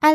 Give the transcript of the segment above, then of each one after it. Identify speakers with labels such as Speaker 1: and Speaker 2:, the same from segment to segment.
Speaker 1: 艾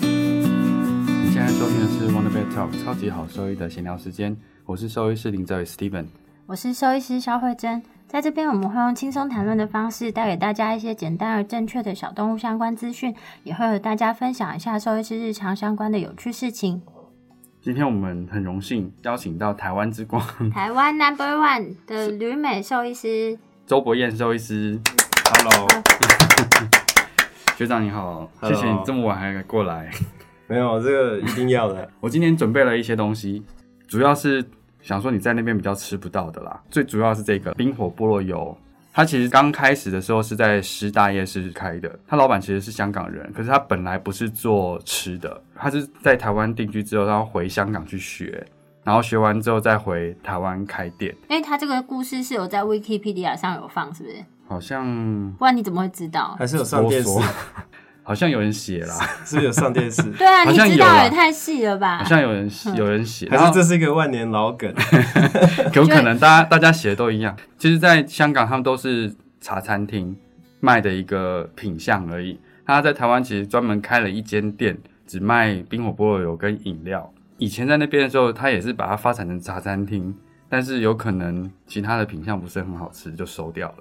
Speaker 2: 你现在收听的是 Wonder Vet Talk 超级好兽医的闲聊时间，我是兽医师林哲伟 Steven。
Speaker 1: 我是兽医师肖慧珍，在这边我们会用轻松谈论的方式，带给大家一些简单而正确的小动物相关资讯，也会和大家分享一下兽医师日常相关的有趣事情。
Speaker 2: 今天我们很荣幸邀请到台湾之光
Speaker 1: 台湾 Number One 的旅美兽医师，
Speaker 2: 周伯燕兽医师。Hello，学长你好
Speaker 3: Hello
Speaker 2: 谢谢你这么晚还过来。
Speaker 3: 没有，这个一定要的。
Speaker 2: 我今天准备了一些东西，主要是想说你在那边比较吃不到的啦。最主要是这个冰火菠萝油，它其实刚开始的时候是在师大夜市开的，他老板其实是香港人，可是他本来不是做吃的，他是在台湾定居之后，然后回香港去学，然后学完之后再回台湾开店，
Speaker 1: 因哎为他这个故事是有在 Wikipedia 上有放，是不是？
Speaker 2: 好像
Speaker 1: 不然你怎么会知道？
Speaker 3: 还是有上电视，
Speaker 2: 啰嗦 好像有人写啦，
Speaker 3: 是不是有上电视？
Speaker 1: 对啊，
Speaker 2: 好
Speaker 1: 你
Speaker 2: 像
Speaker 1: 知
Speaker 2: 有
Speaker 1: 道
Speaker 2: 啊
Speaker 1: 也太细了吧
Speaker 2: 好？像有人有人写，
Speaker 3: 还
Speaker 2: 然后
Speaker 3: 是这是一个万年老梗？
Speaker 2: 有可能大家大家写的都一样。其实，在香港他们都是茶餐厅卖的一个品相而已。他在台湾其实专门开了一间店，只卖冰火菠萝油跟饮料。以前在那边的时候，他也是把它发展成茶餐厅，但是有可能其他的品相不是很好吃，就收掉了。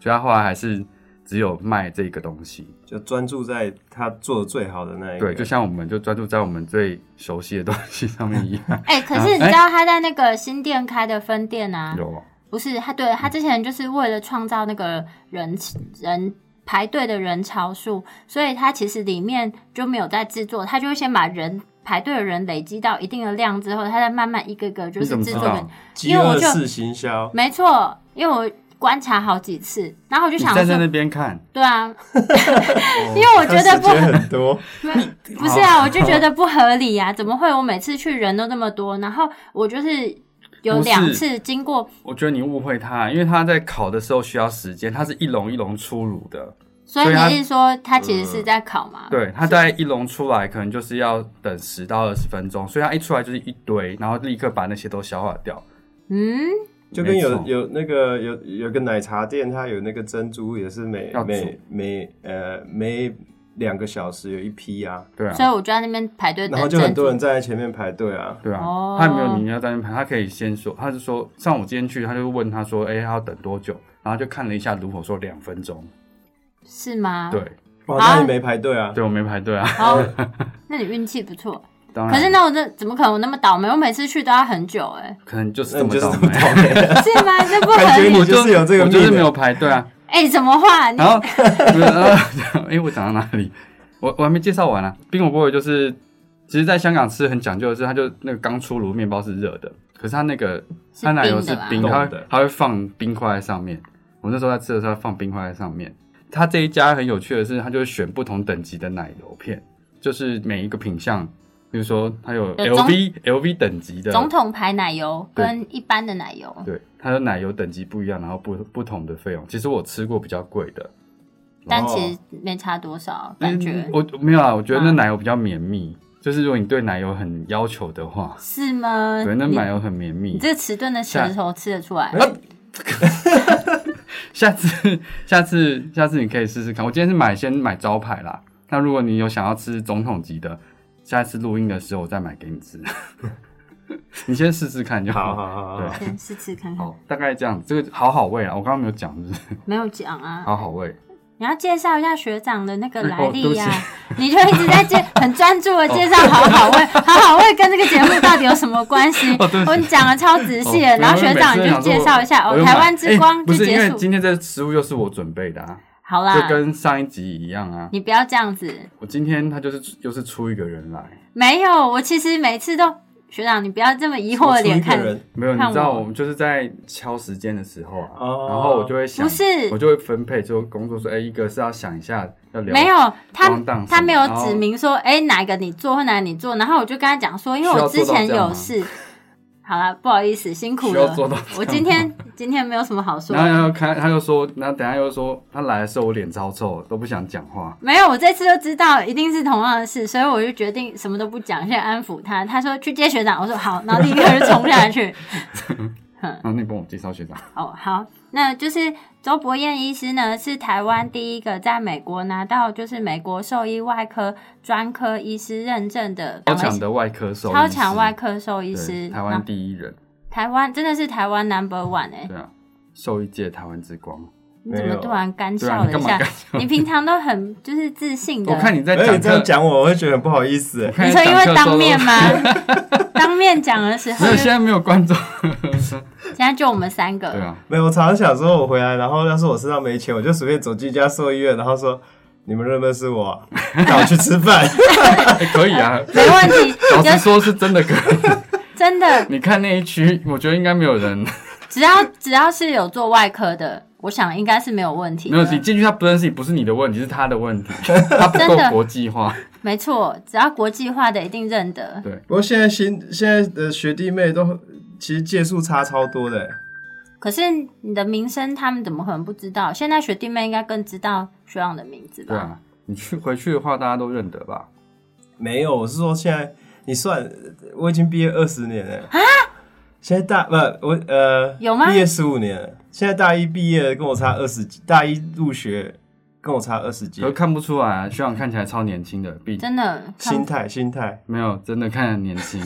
Speaker 2: 所以他后来还是只有卖这个东西。
Speaker 3: 就专注在他做的最好的那一个。
Speaker 2: 对，就像我们就专注在我们最熟悉的东西上面一 样。
Speaker 1: 哎、可是你知道他在那个新店开的分店啊？
Speaker 2: 哎有
Speaker 1: 不是他对他之前就是为了创造那个人人排队的人潮数，所以他其实里面就没有在制作，他就会先把人排队的人累积到一定的量之后，他再慢慢一个个就
Speaker 2: 你
Speaker 1: 是
Speaker 2: 怎么
Speaker 1: 制
Speaker 2: 知
Speaker 1: 作
Speaker 2: 道
Speaker 1: 给。？
Speaker 3: 饥饿式行销，
Speaker 1: 没错，因为我观察好几次，然后我就
Speaker 2: 你
Speaker 1: 想
Speaker 2: 站在那
Speaker 1: 说，
Speaker 2: 边看，
Speaker 1: 对啊，因为我觉得不
Speaker 3: 哦他时间很多，
Speaker 1: 没不是啊，我就觉得不合理 啊，怎么会我每次去人都那么多，然后我就是有
Speaker 2: 不是
Speaker 1: 两次经过
Speaker 2: 我觉得你误会他，因为他在烤的时候需要时间，他是一笼一笼出炉的，
Speaker 1: 所以
Speaker 2: 所以
Speaker 1: 你
Speaker 2: 他
Speaker 1: 的意思说他其实是在考
Speaker 3: 啊
Speaker 1: 嘛？
Speaker 2: 对，他大概一笼出来可能就是要等十到二十分钟，所以他一出来就是一堆，然后立刻把那些都消化掉。
Speaker 1: 嗯，
Speaker 3: 就跟有
Speaker 2: 没错
Speaker 3: 有那个有有个奶茶店，它有那个珍珠，也是每
Speaker 2: 要煮
Speaker 3: 每每呃每两个小时有一批啊，
Speaker 2: 对啊
Speaker 1: 所，以我就在那边排队等
Speaker 3: 然后就很
Speaker 1: 珍珠
Speaker 3: 多人站在前面排队啊。
Speaker 2: 对啊，
Speaker 1: 哦
Speaker 2: 他也没有你要在那盘，他可以先说，他是说，像我今天去，他就问他说，哎、他要等多久？然后就看了一下炉火，说两分钟。
Speaker 1: 是吗？
Speaker 2: 对，
Speaker 3: 哇，
Speaker 1: 啊
Speaker 3: 那你没排队啊？
Speaker 2: 对我没排队啊，
Speaker 1: 好，那你运气不错。
Speaker 2: 当然，
Speaker 1: 可是那我这怎么可能我那么倒霉？我每次去都要很久 哎、
Speaker 2: 可能就是
Speaker 3: 那
Speaker 2: 这么
Speaker 3: 你就是
Speaker 2: 倒
Speaker 3: 这么
Speaker 2: 霉。
Speaker 3: 倒霉。
Speaker 1: 是吗？这不合
Speaker 3: 感觉
Speaker 1: 理。
Speaker 3: 你
Speaker 2: 我
Speaker 3: 就是有这个
Speaker 2: 我就是
Speaker 3: 命的
Speaker 2: 没有排队啊。
Speaker 1: 哎、什么话？你
Speaker 2: 然后， 哎、诶我讲到哪里？我我还没介绍完啊。冰火波尔就是，其实在香港吃很讲究的是，它就那个刚出炉面包是热的，可是它那个
Speaker 1: 是
Speaker 2: 它奶油是
Speaker 1: 冰
Speaker 2: 冰，
Speaker 3: 的吧
Speaker 2: 它
Speaker 3: 冻
Speaker 2: 会
Speaker 3: 的
Speaker 2: 它会放冰块在上面。我那时候在吃的时候它放冰块在上面。它这一家很有趣的是，它就选不同等级的奶油片，就是每一个品相，比如说它有
Speaker 1: 有中
Speaker 2: LV LV 等级的，
Speaker 1: 总统牌奶油跟一般的奶油，
Speaker 2: 对，它的奶油等级不一样，然后不不同的费用。其实我吃过比较贵的，
Speaker 1: 但其实没差多少，感觉
Speaker 2: 哦嗯、我没有啊，我觉得那
Speaker 1: 嗯
Speaker 2: 奶油比较绵密，就是如果你对奶油很要求的话，
Speaker 1: 是吗？
Speaker 2: 对，那
Speaker 1: 嗯你
Speaker 2: 奶油很绵密
Speaker 1: 你。这个迟钝的舌头吃得出来，
Speaker 2: 下次 下次下次你可以试试看。我今天是买先买招牌啦，那如果你有想要吃总统级的，下一次录音的时候我再买给你吃。 你先试试看就
Speaker 3: 好好好好
Speaker 2: 对
Speaker 3: 好，
Speaker 1: 先试吃看看。
Speaker 2: 嗯好，大概这样。这个好好味啊，我刚刚没有讲，就是
Speaker 1: 没有讲啊，
Speaker 2: 好好 味。
Speaker 1: 你要介绍一下学长的那个来历呀、
Speaker 2: 哦
Speaker 1: 你就一直在介很专注的介绍好好味，好好味跟这个节目到底有什么关系？
Speaker 2: 哦对不起
Speaker 1: 我讲的超仔细的，
Speaker 2: 哦
Speaker 1: 然后学长
Speaker 2: 没
Speaker 1: 你
Speaker 2: 有
Speaker 1: 就介绍一下
Speaker 2: 我
Speaker 1: 哦，
Speaker 2: 有买
Speaker 1: 台湾之光
Speaker 2: 哎
Speaker 1: 就
Speaker 2: 不是因
Speaker 1: 结
Speaker 2: 为
Speaker 1: 束。
Speaker 2: 今天这食物又是我准备的啊，
Speaker 1: 好
Speaker 2: 就
Speaker 1: 啦，
Speaker 2: 跟上一集一样啊。
Speaker 1: 你不要这样子，
Speaker 2: 我今天他就是又是出一个人来，
Speaker 1: 没有，我其实每次都学长，你不要这么疑惑的脸看
Speaker 3: 我出一个，人
Speaker 2: 没有，你
Speaker 1: 看
Speaker 2: 知道
Speaker 1: 我
Speaker 2: 我们就是在敲时间的时候啊，
Speaker 3: 哦
Speaker 2: 然后我就会想，
Speaker 1: 不是
Speaker 2: 我就会分配就工作说，哎、一个是要想一下要聊，
Speaker 1: 没有他
Speaker 2: 装档什么哦
Speaker 1: 他没有
Speaker 2: 然后
Speaker 1: 指明说，哎、哪一个你做或哪个你做，然后我就跟他讲说，因为
Speaker 2: 需
Speaker 1: 我
Speaker 2: 要
Speaker 1: 之
Speaker 2: 做到
Speaker 1: 前
Speaker 2: 这样
Speaker 1: 有
Speaker 2: 吗
Speaker 1: 事， 好了，不好意思，辛苦
Speaker 2: 需要
Speaker 1: 了
Speaker 2: 做到这，样
Speaker 1: 我今 天今天没有什么好说
Speaker 2: 然。后然后看他又说，然后等下又说他来的时候我脸超臭，都不想讲话。
Speaker 1: 没有，我这次就知道一定是同样的事，所以我就决定什么都不讲，先安抚他。他说去接学长，我说好，然后立刻就冲下去。
Speaker 2: 然后你帮我介绍学长，
Speaker 1: 哦，好，那就是周伯彦医师呢，是台湾第一个在美国拿到就是美国兽医外科专科医师认证的
Speaker 2: 超强的外科兽医师，
Speaker 1: 超强外科兽医师，
Speaker 2: 对台
Speaker 1: 然
Speaker 2: 湾
Speaker 1: 后
Speaker 2: 第一人，
Speaker 1: 台湾真的是台湾 number one 哎、
Speaker 2: 对啊，兽医界台湾之光。
Speaker 1: 你怎
Speaker 3: 没
Speaker 1: 么
Speaker 3: 有
Speaker 1: 突然干
Speaker 2: 对
Speaker 1: 笑
Speaker 2: 啊，
Speaker 1: 了
Speaker 2: 你
Speaker 1: 一
Speaker 2: 干嘛
Speaker 1: 下？
Speaker 2: 干？
Speaker 1: 你平常都很就是自信的，
Speaker 2: 我看你在
Speaker 3: 哎，
Speaker 2: 讲
Speaker 3: 你这样
Speaker 2: 课，
Speaker 3: 讲我，我会觉得很不好意思。欸
Speaker 2: 我看
Speaker 1: 你
Speaker 2: 你
Speaker 1: 说因为
Speaker 2: 讲课的时
Speaker 1: 当
Speaker 2: 候
Speaker 1: 面吗？ 当面讲的时候
Speaker 2: 没有，
Speaker 1: 就，
Speaker 2: 现在没有观众。
Speaker 1: 现在就我们三个，
Speaker 2: 对啊，
Speaker 3: 没有，我常常想说，我回来，然后要是我身上没钱，我就随便走进一家兽医院，然后说：“你们认不认识我啊？ 带我去吃饭。
Speaker 2: 哎可以 啊。
Speaker 1: 没问题，
Speaker 2: 老
Speaker 1: 就
Speaker 2: 实说，是真的可以。
Speaker 1: 真的，
Speaker 2: 你看那一区，我觉得应该没有人，
Speaker 1: 只要只要是有做外科的，我想应该是没有问题的，
Speaker 2: 没有你进去他不认识你，不是你的问题，是他的问题，他不够
Speaker 1: 真的
Speaker 2: 国际化。
Speaker 1: 没错，只要国际化的一定认得。
Speaker 2: 对”
Speaker 3: 不过现在新现在的学弟妹都其实借数差超多的，欸
Speaker 1: 可是你的名声，他们怎么可能不知道？现在学弟妹应该更知道学长的名字吧？
Speaker 2: 对啊，你去回去的话，大家都认得吧？
Speaker 3: 没有，我是说现在你算，我已经毕业二十年了啊！现在大不我呃
Speaker 1: 有吗
Speaker 3: 毕业十五年了，现在大一毕业的跟我差二十几，大一入学跟我差二十几
Speaker 2: 可，是看不出来、啊，学长看起来超年轻的，比
Speaker 1: 真的，看
Speaker 3: 心态心态
Speaker 2: 没有真的看起来年轻。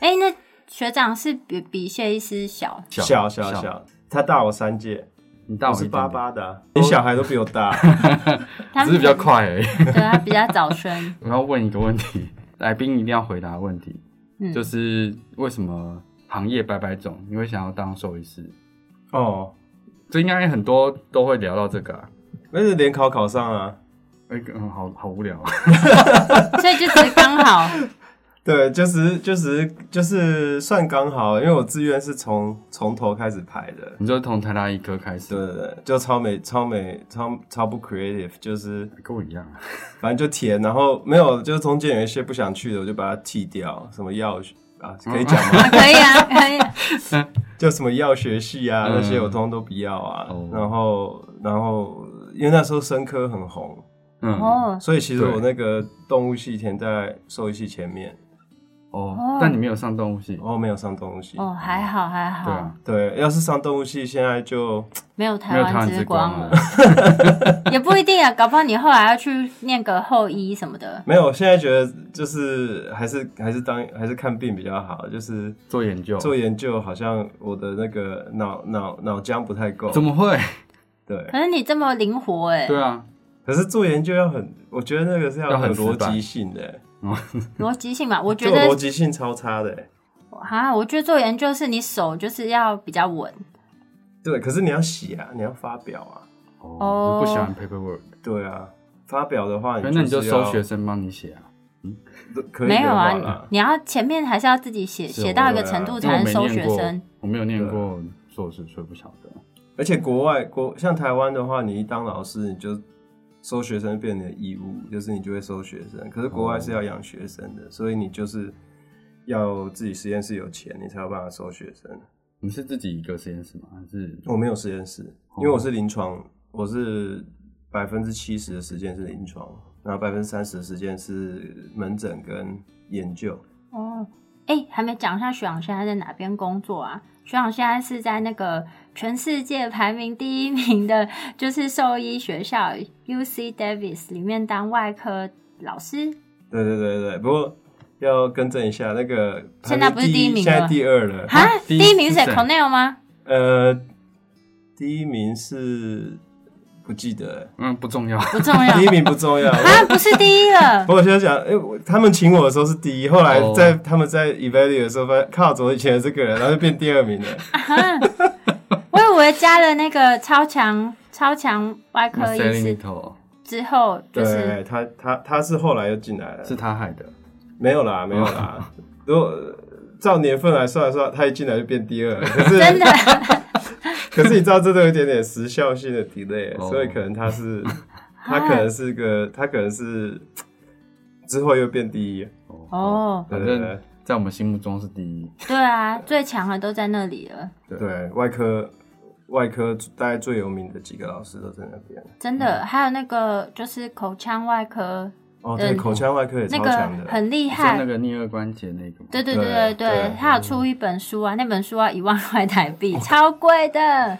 Speaker 1: 哎、那学长是比比谢医师小，
Speaker 3: 小小，小，他大我三届，
Speaker 2: 你大
Speaker 3: 我
Speaker 2: 我
Speaker 3: 是
Speaker 2: 一
Speaker 3: 八
Speaker 2: 点点，
Speaker 3: 八的啊，你小孩都比我大。
Speaker 1: 他
Speaker 2: 只
Speaker 1: 们
Speaker 2: 是比较，快而已。
Speaker 1: 对他比较早生，
Speaker 2: 我要问一个问题，来宾一定要回答的问题，
Speaker 1: 嗯，
Speaker 2: 就是为什么行业百百种，你会想要当兽医师？
Speaker 3: 哦，
Speaker 2: 这应该很多都会聊到这个、啊。
Speaker 3: 那是联考考上啊。
Speaker 2: 哎、嗯，好好无聊啊！
Speaker 1: 所以就只是刚好，哦
Speaker 3: 对，就是就是就是算刚好，因为我志愿是从从头开始排的。
Speaker 2: 你就从台大医科开始，
Speaker 3: 对对对，就超美超美超超不 creative，就是
Speaker 2: 跟我一样啊。
Speaker 3: 反正就填，然后没有，就是中间有一些不想去的，我就把它剔掉。什么药学啊，可以讲吗？
Speaker 1: 啊可以啊，可以啊，
Speaker 3: 就什么药学系啊，
Speaker 2: 嗯
Speaker 3: 那些我通通都不要啊。
Speaker 2: 哦
Speaker 3: 然后然后因为那时候生科很红，
Speaker 2: 嗯，
Speaker 1: 哦，
Speaker 3: 所以其实
Speaker 2: 对
Speaker 3: 我那个动物系填在兽医系前面，
Speaker 2: 哦，但你没有上动物系，
Speaker 3: 然后没有上动物系。
Speaker 1: 哦，还好还好，
Speaker 2: 对啊，
Speaker 3: 对，要是上动物系，现在就
Speaker 1: 没有
Speaker 2: 没
Speaker 1: 台
Speaker 2: 有台
Speaker 1: 湾
Speaker 2: 湾
Speaker 1: 之
Speaker 2: 之
Speaker 1: 光
Speaker 2: 光
Speaker 1: 了
Speaker 2: 啊，。
Speaker 1: 也不一定啊，搞不好你后来要去念个后医什么的，
Speaker 3: 没有。现在觉得就是还是还是当还是看病比较好，就是
Speaker 2: 做研究，
Speaker 3: 做研究好像我的那个脑脑脑浆不太够。
Speaker 2: 怎么 会？
Speaker 3: 对，
Speaker 1: 可是你这么灵活哎、
Speaker 2: 对啊，
Speaker 3: 可是做研究要很，我觉得那个是
Speaker 2: 要
Speaker 3: 要
Speaker 2: 很
Speaker 3: 很逻
Speaker 2: 死板
Speaker 3: 辑性的，
Speaker 1: 逻辑性嘛，我
Speaker 3: 就
Speaker 1: 觉
Speaker 3: 逻
Speaker 1: 得
Speaker 3: 辑性超差的。
Speaker 1: 啊，我觉得做研究是你手就是要比较稳
Speaker 3: 对，可是你要写啊，你要发表啊，
Speaker 2: 哦，你不喜欢 paperwork，
Speaker 3: 对啊。发表的话，
Speaker 2: 那你就
Speaker 3: 就
Speaker 2: 收学
Speaker 3: 学
Speaker 2: 生帮你写啊。
Speaker 3: 可以
Speaker 1: 没有
Speaker 3: 的话
Speaker 1: 啊
Speaker 3: 啦，，
Speaker 1: 你要前面还是要自己写，
Speaker 2: 是
Speaker 1: 写到一个
Speaker 3: 我
Speaker 1: 程度
Speaker 2: 因为
Speaker 1: 才
Speaker 2: 我
Speaker 1: 能
Speaker 2: 没
Speaker 1: 收
Speaker 2: 念
Speaker 1: 学
Speaker 2: 过
Speaker 1: 生。，
Speaker 2: 我没有念过硕士，所以不晓得。
Speaker 3: 而且国外国像台湾的话，你一当老师，你就收学生变成义务，就是你就会收学生。可是国外是要养学生的，所以你就是要自己实验室有钱，你才有办法收学生。
Speaker 2: 你是自己一个实验室吗？还是
Speaker 3: 我没有实验室，因为我是临床，我是百分之七十的时间是临床，然后百分之三十的时间是门诊跟研究。
Speaker 1: 哦，哎、还没讲一下学长现在在哪边工作啊？学长现在是在那个全世界排名第一名的，就是兽医学校 U C Davis 里面当外科老师。
Speaker 3: 对对对对，不过要更正一下，那个
Speaker 1: 现在不是第一名了
Speaker 3: 现在第二了。
Speaker 1: 哈，第
Speaker 2: 第一
Speaker 1: 一名是谁
Speaker 2: 是谁
Speaker 1: Cornell 吗？
Speaker 3: 呃，第一名是不记得
Speaker 2: 嗯不重要？
Speaker 1: 不重要
Speaker 3: 了，第一名不重 要。
Speaker 1: 啊，不是第一了
Speaker 3: 不。过我现在想，哎、我他们请我的时候是第一，后来
Speaker 2: 哦
Speaker 3: 在、他们在 evaluate 的时候发现，靠，怎么以前有这个人，然后就变第二名了。
Speaker 1: 我以为加了那个超强超强外科医
Speaker 2: 塞林里
Speaker 1: 师
Speaker 2: 头
Speaker 1: 之后， 就是
Speaker 3: 对他，他他是后来又进来了，
Speaker 2: 是他害的，
Speaker 3: 没有啦，没有啦。如果照年份来算的话，他一进来就 变第二了。可
Speaker 1: 真
Speaker 3: 是
Speaker 1: 的
Speaker 3: 可是你知道，这都有一点点时效性的 delay，、
Speaker 2: 哦
Speaker 3: 所以可能 他是他可能是个他可能是之后又变第一。
Speaker 1: 哦，
Speaker 2: 反
Speaker 3: 对对
Speaker 2: 正在我们心目中是第一。
Speaker 1: 对啊，最强的都在那里了，
Speaker 3: 对外科外科大概最有名的几个老师都在那边。
Speaker 1: 真
Speaker 2: 嗯
Speaker 1: 的。还有那个就是口腔外科
Speaker 3: 哦，对，
Speaker 1: 嗯
Speaker 3: 口腔外科也
Speaker 1: 那
Speaker 3: 超
Speaker 1: 个
Speaker 3: 强的，
Speaker 1: 很厉
Speaker 2: 你说那
Speaker 1: 害。
Speaker 2: 个颞颌关节那个吗？
Speaker 1: 对对
Speaker 3: 对
Speaker 1: 对对
Speaker 3: 对
Speaker 1: 对，他有出一本书啊，那本书要一万块台币， 超贵的。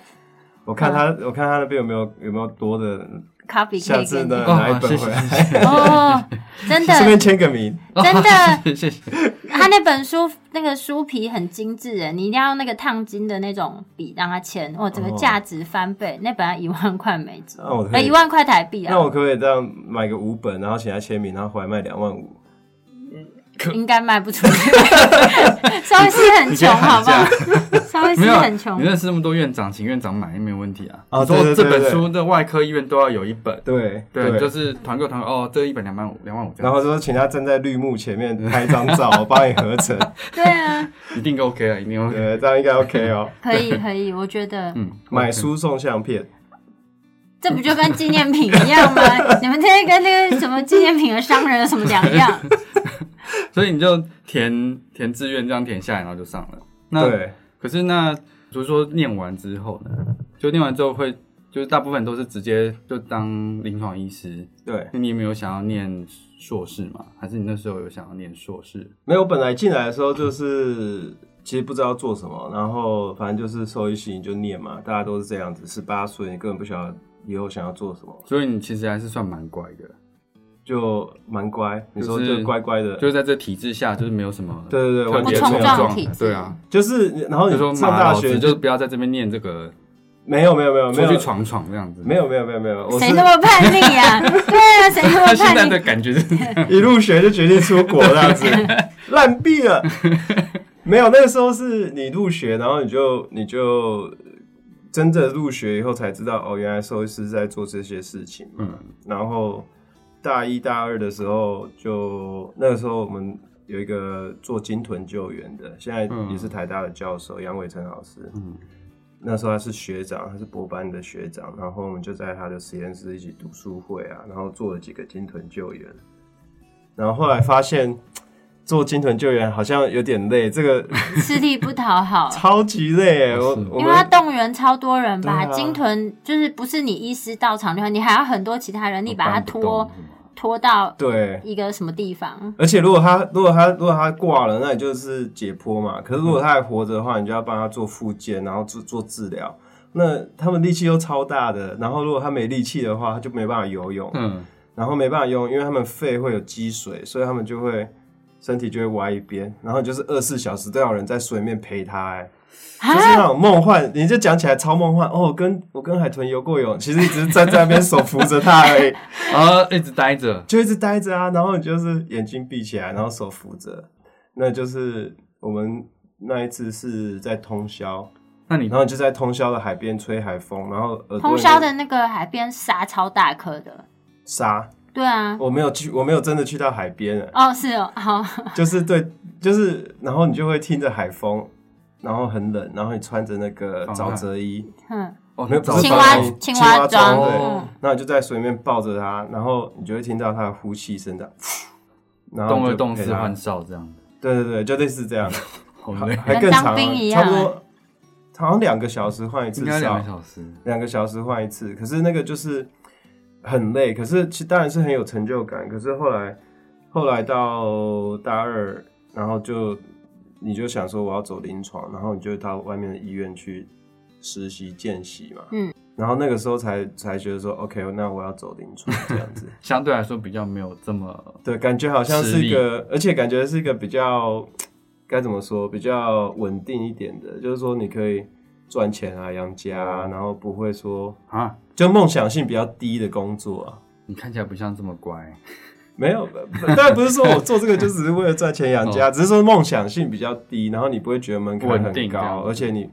Speaker 3: 我看他，我看他那边有没有有没有多的，
Speaker 1: copy 嗯可
Speaker 3: 下
Speaker 1: 以给
Speaker 3: 次
Speaker 1: 你
Speaker 3: 呢
Speaker 2: 哦
Speaker 3: 拿一本
Speaker 2: 谢谢
Speaker 3: 回 来，
Speaker 1: 哦，真的
Speaker 3: 顺便签个名。
Speaker 1: 真的
Speaker 2: 谢谢。
Speaker 1: 他那本书那个书皮很精致诶，你一定要用那个烫金的那种笔让它签，哦，整个
Speaker 3: 哦
Speaker 1: 价值翻倍。那本来一万块美金，
Speaker 3: 那我可
Speaker 1: 呃，
Speaker 3: 以
Speaker 1: 一万块台币
Speaker 3: 那
Speaker 1: 啊，
Speaker 3: 我可不可以这样买个五本，然后请他签名，然后回来卖两万五？
Speaker 1: 应该卖不出去。稍微是很
Speaker 2: 你可以
Speaker 1: 穷，好
Speaker 2: 喊
Speaker 1: 不好
Speaker 2: 价？，
Speaker 1: 稍微
Speaker 2: 没
Speaker 1: 是
Speaker 2: 有啊
Speaker 1: 很
Speaker 2: 你
Speaker 1: 穷。
Speaker 2: 认识那么多院长，请院长买也没有问题啊。
Speaker 3: 哦
Speaker 2: 你说
Speaker 3: 对对
Speaker 2: 这
Speaker 3: 对
Speaker 2: 本
Speaker 3: 对
Speaker 2: 书的外科医院都要有一本，
Speaker 3: 对
Speaker 2: 对，就是团购团购哦，这一本两万五，两万五这样，
Speaker 3: 然后就说请他站在绿幕前面拍张照，我帮你合 成，
Speaker 1: 对啊，
Speaker 2: 一定 OK 啊，一定 OK。
Speaker 3: 对，这样应该 OK 哦。
Speaker 1: 可以可以，我觉得
Speaker 2: 嗯，
Speaker 3: 买书送相片，
Speaker 1: 这不就跟纪念品一样吗？ 你们这些跟那个什么纪念品的商人有什么两样？
Speaker 2: 所以你就填填志愿，这样填下来，然后就上了。那
Speaker 3: 对，
Speaker 2: 可是那比如说念完之后呢，就念完之后会，就是大部分都是直接就当临床医师。
Speaker 3: 对，
Speaker 2: 那你有没有想要念硕士吗？还是你那时候有想要念硕士？
Speaker 3: 没有。我本来进来的时候就是其实不知道做什么，然后反正就是受一吸引就念嘛，大家都是这样子。十八岁你根本不晓得以后想要做什么，
Speaker 2: 所以你其实还是算蛮乖的，
Speaker 3: 就蛮乖。你说
Speaker 2: 就是
Speaker 3: 就乖乖的，
Speaker 2: 就是在这体制下，就是没有什么
Speaker 3: 对对对
Speaker 2: 特别
Speaker 1: 我冲撞
Speaker 2: 撞
Speaker 1: 体制
Speaker 2: 对啊，
Speaker 3: 就是你然后
Speaker 2: 就
Speaker 3: 哦你
Speaker 2: 说
Speaker 3: 上
Speaker 2: 马
Speaker 3: 大
Speaker 2: 老
Speaker 3: 学
Speaker 2: 子就不要在这边念这个，
Speaker 3: 没有没有没有没
Speaker 2: 出去
Speaker 3: 有
Speaker 2: 闯闯这样子。
Speaker 3: 没有没有没有没有，我是
Speaker 1: 谁那么叛逆 啊？对啊，谁那
Speaker 2: 他
Speaker 1: 么
Speaker 2: 现在
Speaker 1: 叛
Speaker 2: 的
Speaker 1: 逆？
Speaker 2: 感觉是，
Speaker 3: 一入学就决定出国这样子，烂毙了。没有，那个时候是你入学，然后你就你就真的入学以后才知道，哦，原来兽医师在做这些事情嘛。
Speaker 2: 嗯
Speaker 3: 然后大一大二的时候就，那个时候我们有一个做鲸豚救援的，现在也是台大的教授杨伟成老师。
Speaker 2: 嗯
Speaker 3: 那时候他是学长，他是博班的学长，然后我们就在他的实验室一起读书会啊，然后做了几个鲸豚救援，然后后来发现做鲸豚救援好像有点累，这个
Speaker 1: 吃力不讨好。
Speaker 3: 超级累耶，我我
Speaker 1: 因为他
Speaker 3: 们
Speaker 1: 动员超多人吧，
Speaker 3: 对啊
Speaker 1: 鲸豚就是不是你医师到场就好，你还要很多其他人， 你把它
Speaker 2: 搬不动
Speaker 1: 拖拖到
Speaker 3: 对。
Speaker 1: 一个什么地方？
Speaker 3: 而且如果他如果他如果他挂了，那你就是解剖嘛。可是如果他还活着的话，你就要帮他做复健，然后做做治疗。那他们力气都超大的，然后如果他没力气的话，他就没办法游泳。
Speaker 2: 嗯，
Speaker 3: 然后没办法用，因为他们肺会有积水，所以他们就会身体就会歪一边，然后就是二十四小时都要有人在水里面陪他、哎，
Speaker 1: 啊
Speaker 3: 就是那种梦幻，你就讲起来超梦幻哦。我跟我跟海豚游过泳，其实你只是站在那边手扶着它而 已，
Speaker 2: 然后一直待着，
Speaker 3: 就一直待着啊，然后你就是眼睛闭起来，然后手扶着，那就是我们那一次是在通宵，
Speaker 2: 那你
Speaker 3: 然后就在通宵的海边吹海风，然后耳朵
Speaker 1: 通宵的那个海边沙超大颗的，
Speaker 3: 沙，
Speaker 1: 对啊，
Speaker 3: 我没有去，我没有真的去到海边、哎
Speaker 1: 哦是哦，好，
Speaker 3: 就是对，就是然后你就会听着海风，然后很冷，然后你穿着那个
Speaker 2: 防
Speaker 3: 沼
Speaker 2: 寒
Speaker 3: 泽衣，
Speaker 1: 嗯，
Speaker 2: 哦
Speaker 3: 没有
Speaker 2: 早上
Speaker 1: 青
Speaker 3: 防
Speaker 1: 蛙
Speaker 3: 寒
Speaker 1: 青
Speaker 3: 青蛙
Speaker 1: 蛙装，
Speaker 3: 装
Speaker 1: 嗯
Speaker 2: 对，
Speaker 3: 然后你就在水里面抱着它，然后你就会听到它的呼气声的，然后
Speaker 2: 动
Speaker 3: 你
Speaker 2: 二
Speaker 3: 就
Speaker 2: 动
Speaker 3: 陪
Speaker 2: 四
Speaker 3: 它
Speaker 2: 换少这样，
Speaker 3: 对对对，就类似这样，
Speaker 2: 好
Speaker 3: 还
Speaker 2: 累，
Speaker 3: 还
Speaker 1: 跟
Speaker 3: 更
Speaker 1: 当
Speaker 3: 长啊，
Speaker 1: 兵一
Speaker 3: 差不
Speaker 1: 样
Speaker 3: 多好像两个小时换一
Speaker 2: 应
Speaker 3: 次
Speaker 2: 该两
Speaker 3: 哨
Speaker 2: 个，小时。
Speaker 3: 两个小时换一次，可是那个就是很累，可是其当然是很有成就感。可是后来后来到大二，然后就你就想说我要走临床，然后你就到外面的医院去实习见习嘛，
Speaker 1: 嗯，
Speaker 3: 然后那个时候才才觉得说 OK，那我要走临床这样子，
Speaker 2: 相对来说比较没有这么
Speaker 3: 对，感觉好像是一
Speaker 2: 实
Speaker 3: 个，而且感觉是一个比较该怎么说，比较稳定一点的，就是说你可以赚钱啊，养家啊，然后不会说。
Speaker 2: 啊，
Speaker 3: 就梦想性比较低的工作啊。
Speaker 2: 你看起来不像这么乖，
Speaker 3: 没有，当然不是说我做这个就只是为了赚钱养家，只是说梦想性比较低，然后你不会觉得门槛
Speaker 2: 哦稳定
Speaker 3: 很
Speaker 2: 这样
Speaker 3: 高，
Speaker 2: 子
Speaker 3: 而且你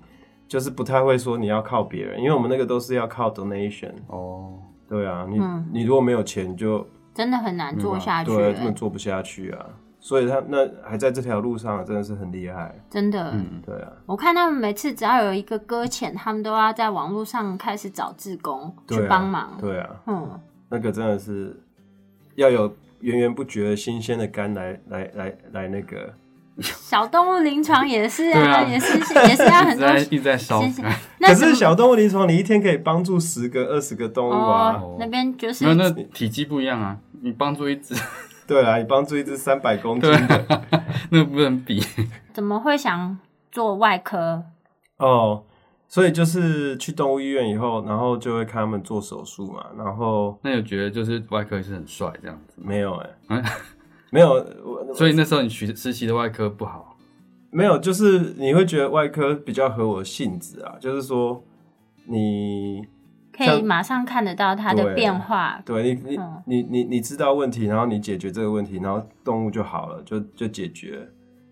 Speaker 3: 就是不太会说你要靠别人，因为我们那个都是要靠 donation。
Speaker 2: 哦，
Speaker 3: 对啊，你、
Speaker 1: 嗯
Speaker 3: 你如果没有钱就
Speaker 1: 真的很难做下去，欸
Speaker 3: 对啊根本做不下去啊。所以他那还在这条路上，啊真的是很厉害。
Speaker 1: 真的。
Speaker 2: 嗯，
Speaker 3: 对啊，
Speaker 1: 我看他们每次只要有一个搁浅，他们都要在网络上开始找志工
Speaker 3: 对
Speaker 1: 去
Speaker 3: 啊
Speaker 1: 帮忙。
Speaker 3: 对啊，
Speaker 1: 嗯，
Speaker 3: 那个真的是要有源源不绝的新鲜的肝来来来来那个，
Speaker 1: 小动物临床也是
Speaker 2: 对
Speaker 1: 啊，
Speaker 2: 啊
Speaker 1: 也是也是要
Speaker 2: 一直
Speaker 1: 很多
Speaker 2: 在。一直在烧
Speaker 1: 谢谢
Speaker 2: 干。
Speaker 1: 那
Speaker 3: 可
Speaker 1: 什么
Speaker 3: 是小动物临床，你一天可以帮助十个、二十个动物啊。
Speaker 1: 哦，那边就是
Speaker 2: 没有，那体积不一样啊，你帮助一只，
Speaker 3: 对啊，你帮助一只三百公斤
Speaker 2: 对
Speaker 3: 的、
Speaker 2: 啊，那不能比。
Speaker 1: 怎么会想做外科？
Speaker 3: 哦，所以就是去动物医院以后，然后就会看他们做手术嘛，然后
Speaker 2: 那有觉得就是外科医生很帅这样子，
Speaker 3: 没有 哎、
Speaker 2: 嗯
Speaker 3: 没有，我
Speaker 2: 所以那时候你学实习的外科不好，
Speaker 3: 没有，就是你会觉得外科比较合我性质啊，就是说你
Speaker 1: 可以
Speaker 3: 像
Speaker 1: 马上看得到它的
Speaker 3: 对
Speaker 1: 变化，
Speaker 3: 对你你
Speaker 1: 嗯
Speaker 3: 你你你知道问题，然后你解决这个问题，然后动物就好了，就就解决了。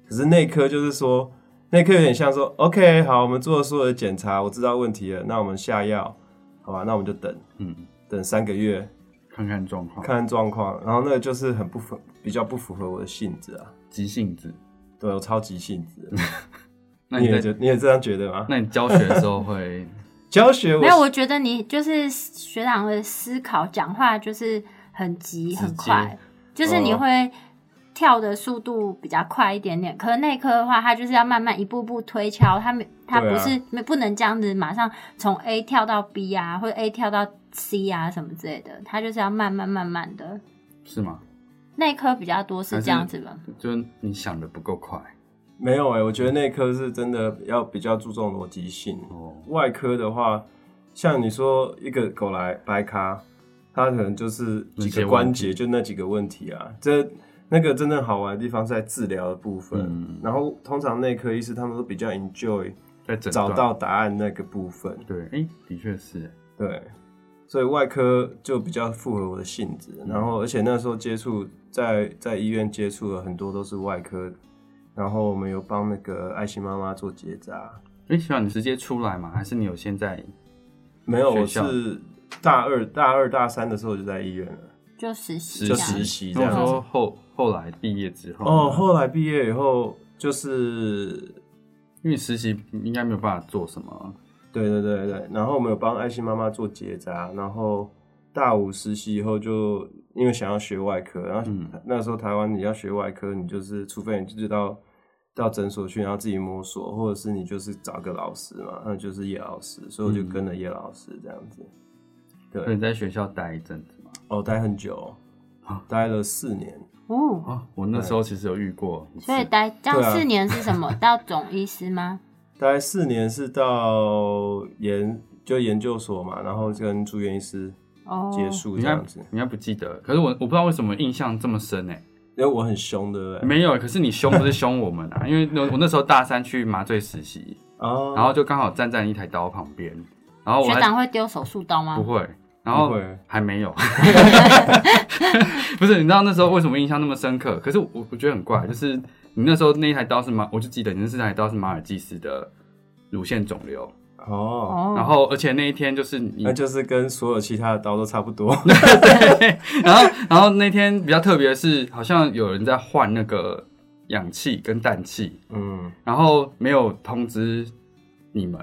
Speaker 3: 可是内科就是说，内科有点像说，OK，好，我们做了所有的检查，我知道问题了，那我们下药，好吧，那我们就等
Speaker 2: 嗯，
Speaker 3: 等三个月，
Speaker 2: 看看状况，
Speaker 3: 看看状况。然后那个就是很不符，比较不符合我的性质啊。
Speaker 2: 急性子。
Speaker 3: 对我超级性质的，
Speaker 2: 那你
Speaker 3: 你也
Speaker 2: 在
Speaker 3: 觉你也这样觉得吗？
Speaker 2: 那你教学的时候会，
Speaker 3: 教学我
Speaker 1: 没有，我觉得你就是学长的思考、讲话就是很急
Speaker 2: 直
Speaker 1: 很
Speaker 2: 接
Speaker 1: 快，就是你
Speaker 3: 哦
Speaker 1: 会跳的速度比较快一点点。可是内科的话，它就是要慢慢一步步推敲，它没它
Speaker 3: 对啊
Speaker 1: 不是、没不能这样子马上从 A 跳到 B 啊，或者 A 跳到 C 啊什么之类的，它就是要慢慢慢慢的。
Speaker 2: 是吗？
Speaker 1: 内科比较多是
Speaker 2: 还
Speaker 1: 这样
Speaker 2: 是
Speaker 1: 子吧，
Speaker 2: 就是你想的不够快
Speaker 3: 没有哎、我觉得内科是真的要比较注重逻辑性。
Speaker 2: 哦，
Speaker 3: 外科的话，像你说一个狗来白咖，它可能就是几个关节就那几个问题啊。这那个真正好玩的地方是在治疗的部分。
Speaker 2: 嗯
Speaker 3: 然后通常内科医师他们都比较 enjoy
Speaker 2: 在诊
Speaker 3: 找
Speaker 2: 断
Speaker 3: 到答案那个部分，
Speaker 2: 对，哎，的确是，
Speaker 3: 对，所以外科就比较符合我的性质。
Speaker 2: 嗯
Speaker 3: 然后而且那时候接触在在医院接触了很多都是外科，然后我们有帮那个爱心妈妈做结扎。
Speaker 2: 哎，希望你直接出来嘛，还是你有现在
Speaker 3: 没有，
Speaker 2: 学
Speaker 3: 我
Speaker 2: 校
Speaker 3: 是大二、大二、大三的时候就在医院了。
Speaker 1: 就实习啊
Speaker 2: 实
Speaker 1: 这
Speaker 3: 就
Speaker 1: 样
Speaker 3: 实
Speaker 1: 子。
Speaker 3: 习这
Speaker 2: 那我
Speaker 3: 样子
Speaker 2: 说后后来毕业之后呢，
Speaker 3: 哦，后来毕业以后就是，
Speaker 2: 因为实习应该没有办法做什么，
Speaker 3: 对对对对，然后我们有帮爱心妈妈做结扎，然后大五实习以后就因为想要学外科，然后
Speaker 2: 嗯
Speaker 3: 那时候台湾你要学外科，你就是除非你就是到到诊所去，然后自己摸索，或者是你就是找个老师嘛，那就是叶老师，所以我就
Speaker 2: 嗯
Speaker 3: 跟了叶老师这样子。
Speaker 2: 所以
Speaker 3: 对
Speaker 2: 你，在学校待一阵子嘛。
Speaker 3: 哦，待很久
Speaker 2: 啊，
Speaker 3: 待了四年。
Speaker 1: 哦，
Speaker 2: 啊，我那时候其实有遇过一次，
Speaker 1: 所以待这样
Speaker 3: 对啊
Speaker 1: 四年是什么？到总医师吗？
Speaker 3: 大概四年是到研就研究所嘛，然后跟住院医师
Speaker 1: 哦，
Speaker 3: 结束
Speaker 2: 你应
Speaker 3: 这
Speaker 2: 该
Speaker 3: 样子。
Speaker 2: 你应该不记得，可是我我不知道为什么印象这么深哎、
Speaker 3: 因为我很凶，对不对？
Speaker 2: 没有，可是你凶不是凶我们啊，因为那我那时候大三去麻醉实习，
Speaker 3: 哦，
Speaker 2: 然后就刚好站在一台刀旁边，然后我
Speaker 1: 学
Speaker 2: 还
Speaker 1: 长会丢手术刀吗？
Speaker 2: 不会，然后
Speaker 3: 不会
Speaker 2: 还没 有，不是你知道那时候为什么印象那么深刻？可是我我觉得很怪，就是你那时候那一台刀是马，我就记得你那台刀是马尔济斯的乳腺肿瘤，
Speaker 3: 哦，
Speaker 1: 哦，
Speaker 2: 然后而且那一天就是你
Speaker 3: 那哎就是跟所有其他的刀都差不多。
Speaker 2: 然后，然后那天比较特别的是，好像有人在换那个氧气跟氮气，
Speaker 3: 嗯
Speaker 2: 然后没有通知你们，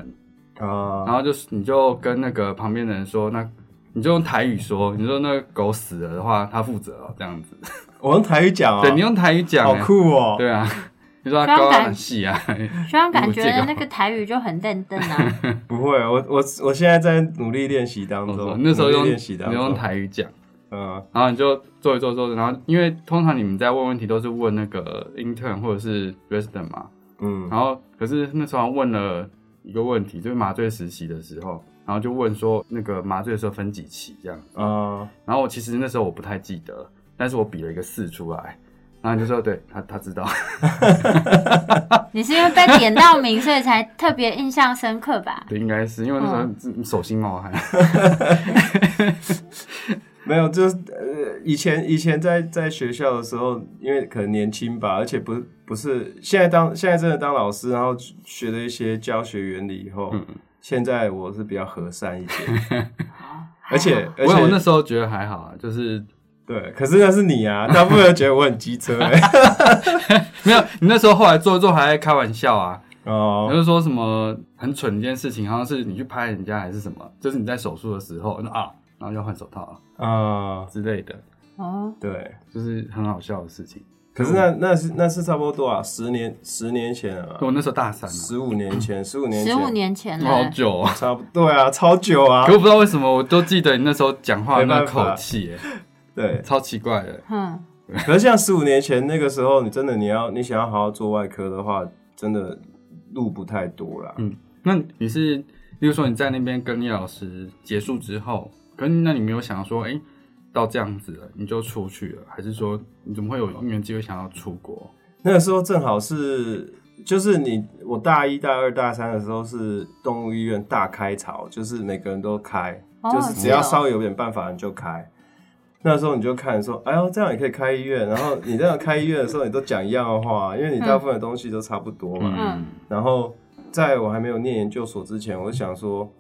Speaker 2: 然
Speaker 3: 啊，
Speaker 2: 后就是你就跟那个旁边的人说，那你就用台语说，你说那个狗死了的话，他负责哦，这样子。
Speaker 3: 我用台语讲啊，
Speaker 2: 对你用台语讲、
Speaker 3: 好
Speaker 2: 欸，
Speaker 3: 酷哦。
Speaker 2: 对 啊，你说他
Speaker 1: 非常
Speaker 2: 高
Speaker 1: 感
Speaker 2: 很细啊，
Speaker 1: 学长感
Speaker 2: 我
Speaker 1: 觉
Speaker 2: 这个
Speaker 1: 那个台语就很认真 啊。
Speaker 3: 不会，我我我现在在努力练习当
Speaker 2: 我说
Speaker 3: 中，
Speaker 2: 哦那时候
Speaker 3: 努力
Speaker 2: 用
Speaker 3: 练习当啊
Speaker 2: 你
Speaker 3: 中，
Speaker 2: 用台语讲。
Speaker 3: 嗯
Speaker 2: 然后你就做一做做一做，然后因为通常你们在问问题都是问那个 intern 或者是 resident 嘛，
Speaker 3: 嗯
Speaker 2: 然后可是那时候问了一个问题，就是麻醉实习的时候，然后就问说那个麻醉的时候分几期这样。
Speaker 3: 啊，
Speaker 2: 然后我其实那时候我不太记得，但是我比了一个四出来，然后你就说对他他知道，
Speaker 1: 你是因为被点到名，所以才特别印象深刻吧？
Speaker 2: 对，应该是因为那时候嗯手心冒汗，
Speaker 3: 没有，就是呃，以前以前在在学校的时候，因为可能年轻吧，而且不不是现在当现在真的当老师，然后学了一些教学原理以后，
Speaker 2: 嗯
Speaker 3: 现在我 是比较和善一点，而且而
Speaker 2: 我我那
Speaker 3: 且
Speaker 2: 时候觉得还好啊，就是
Speaker 3: 对，可是那是你啊，大部分人觉得我很机 车、欸、
Speaker 2: 没有，你那时候后来做一做还在开玩笑啊，你
Speaker 3: 哦，
Speaker 2: 就说什么很蠢一件事情，好像是你去拍人家还是什么，就是你在手术的时候那啊，然后要换手套啊
Speaker 3: 啊、
Speaker 2: 之类的，
Speaker 1: 哦，
Speaker 3: 对。
Speaker 2: 就是很好笑的事情。
Speaker 3: 可是那那是那是差不多多少十年十年前了吧，
Speaker 2: 我那时候大三啊了、
Speaker 3: 十五年前，十五年
Speaker 1: 十
Speaker 3: 前，哦
Speaker 1: 五年前
Speaker 2: 我好
Speaker 1: 了，
Speaker 2: 久啊、
Speaker 3: 差不多对啊，超久啊
Speaker 2: 可，我不知道为什么，我都记得你那时候讲话的那
Speaker 3: 没办法
Speaker 2: 口气、欸，
Speaker 3: 对。
Speaker 2: 超奇怪的、
Speaker 1: 嗯，
Speaker 3: 可是像十五年前那个时候，你真的你要你想要好好做外科的话，真的路不太多啦。
Speaker 2: 那你是，例如说你在那边跟叶老师结束之后，可是那你没有想说，哎、到这样子了你就出去了，还是说你怎么会有因缘机会想要出国？
Speaker 3: 那个时候正好是，就是你我大一、大二、大三的时候是动物医院大开潮，就是每个人都开，
Speaker 1: 哦
Speaker 3: 就是只要
Speaker 1: 是哦
Speaker 3: 稍微有点办法你就开。那时候你就看说，哎呦，这样也可以开医院。然后你这样开医院的时候，你都讲一样的话，因为你大部分的东西都差不多嘛。
Speaker 1: 嗯
Speaker 3: 然后在我还没有念研究所之前，我就想说，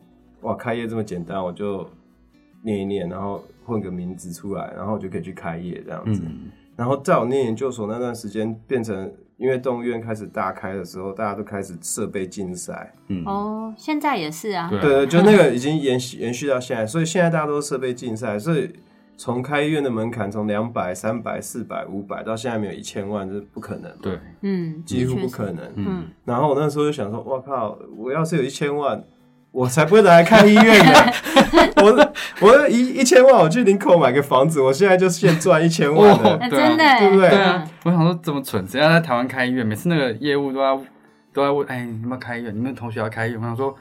Speaker 3: 哇，开业这么简单，我就念一念，然后混个名字出来，然后我就可以去开业这样子。
Speaker 2: 嗯
Speaker 3: 然后在我念研究所那段时间，变成因为动物园开始大开的时候，大家都开始设备竞赛，
Speaker 2: 嗯，
Speaker 1: 哦，现在也是啊，
Speaker 2: 对
Speaker 3: 对对，就那个已经延续延续到现在，所以现在大家都是设备竞赛，所以从开医院的门槛从两百、三百、四百、五百到现在没有一千万，这是不可能嘛，
Speaker 2: 对，
Speaker 1: 嗯，
Speaker 3: 几乎
Speaker 1: 的确
Speaker 3: 不
Speaker 1: 是
Speaker 3: 可能。
Speaker 1: 嗯，
Speaker 3: 然后我那时候就想说，哇靠，我要是有一千万，我才不会拿来看医院呢。 我我一一千万，我去林口买个房子，我现在就现赚一千万了。
Speaker 1: 哎
Speaker 2: 对啊
Speaker 1: 真的欸，
Speaker 3: 对不对
Speaker 2: 对啊，我想说这么蠢，谁要在台湾开医院？每次那个业务都要都在问，哎、你们要开医院？你们同学要开医院？我想说。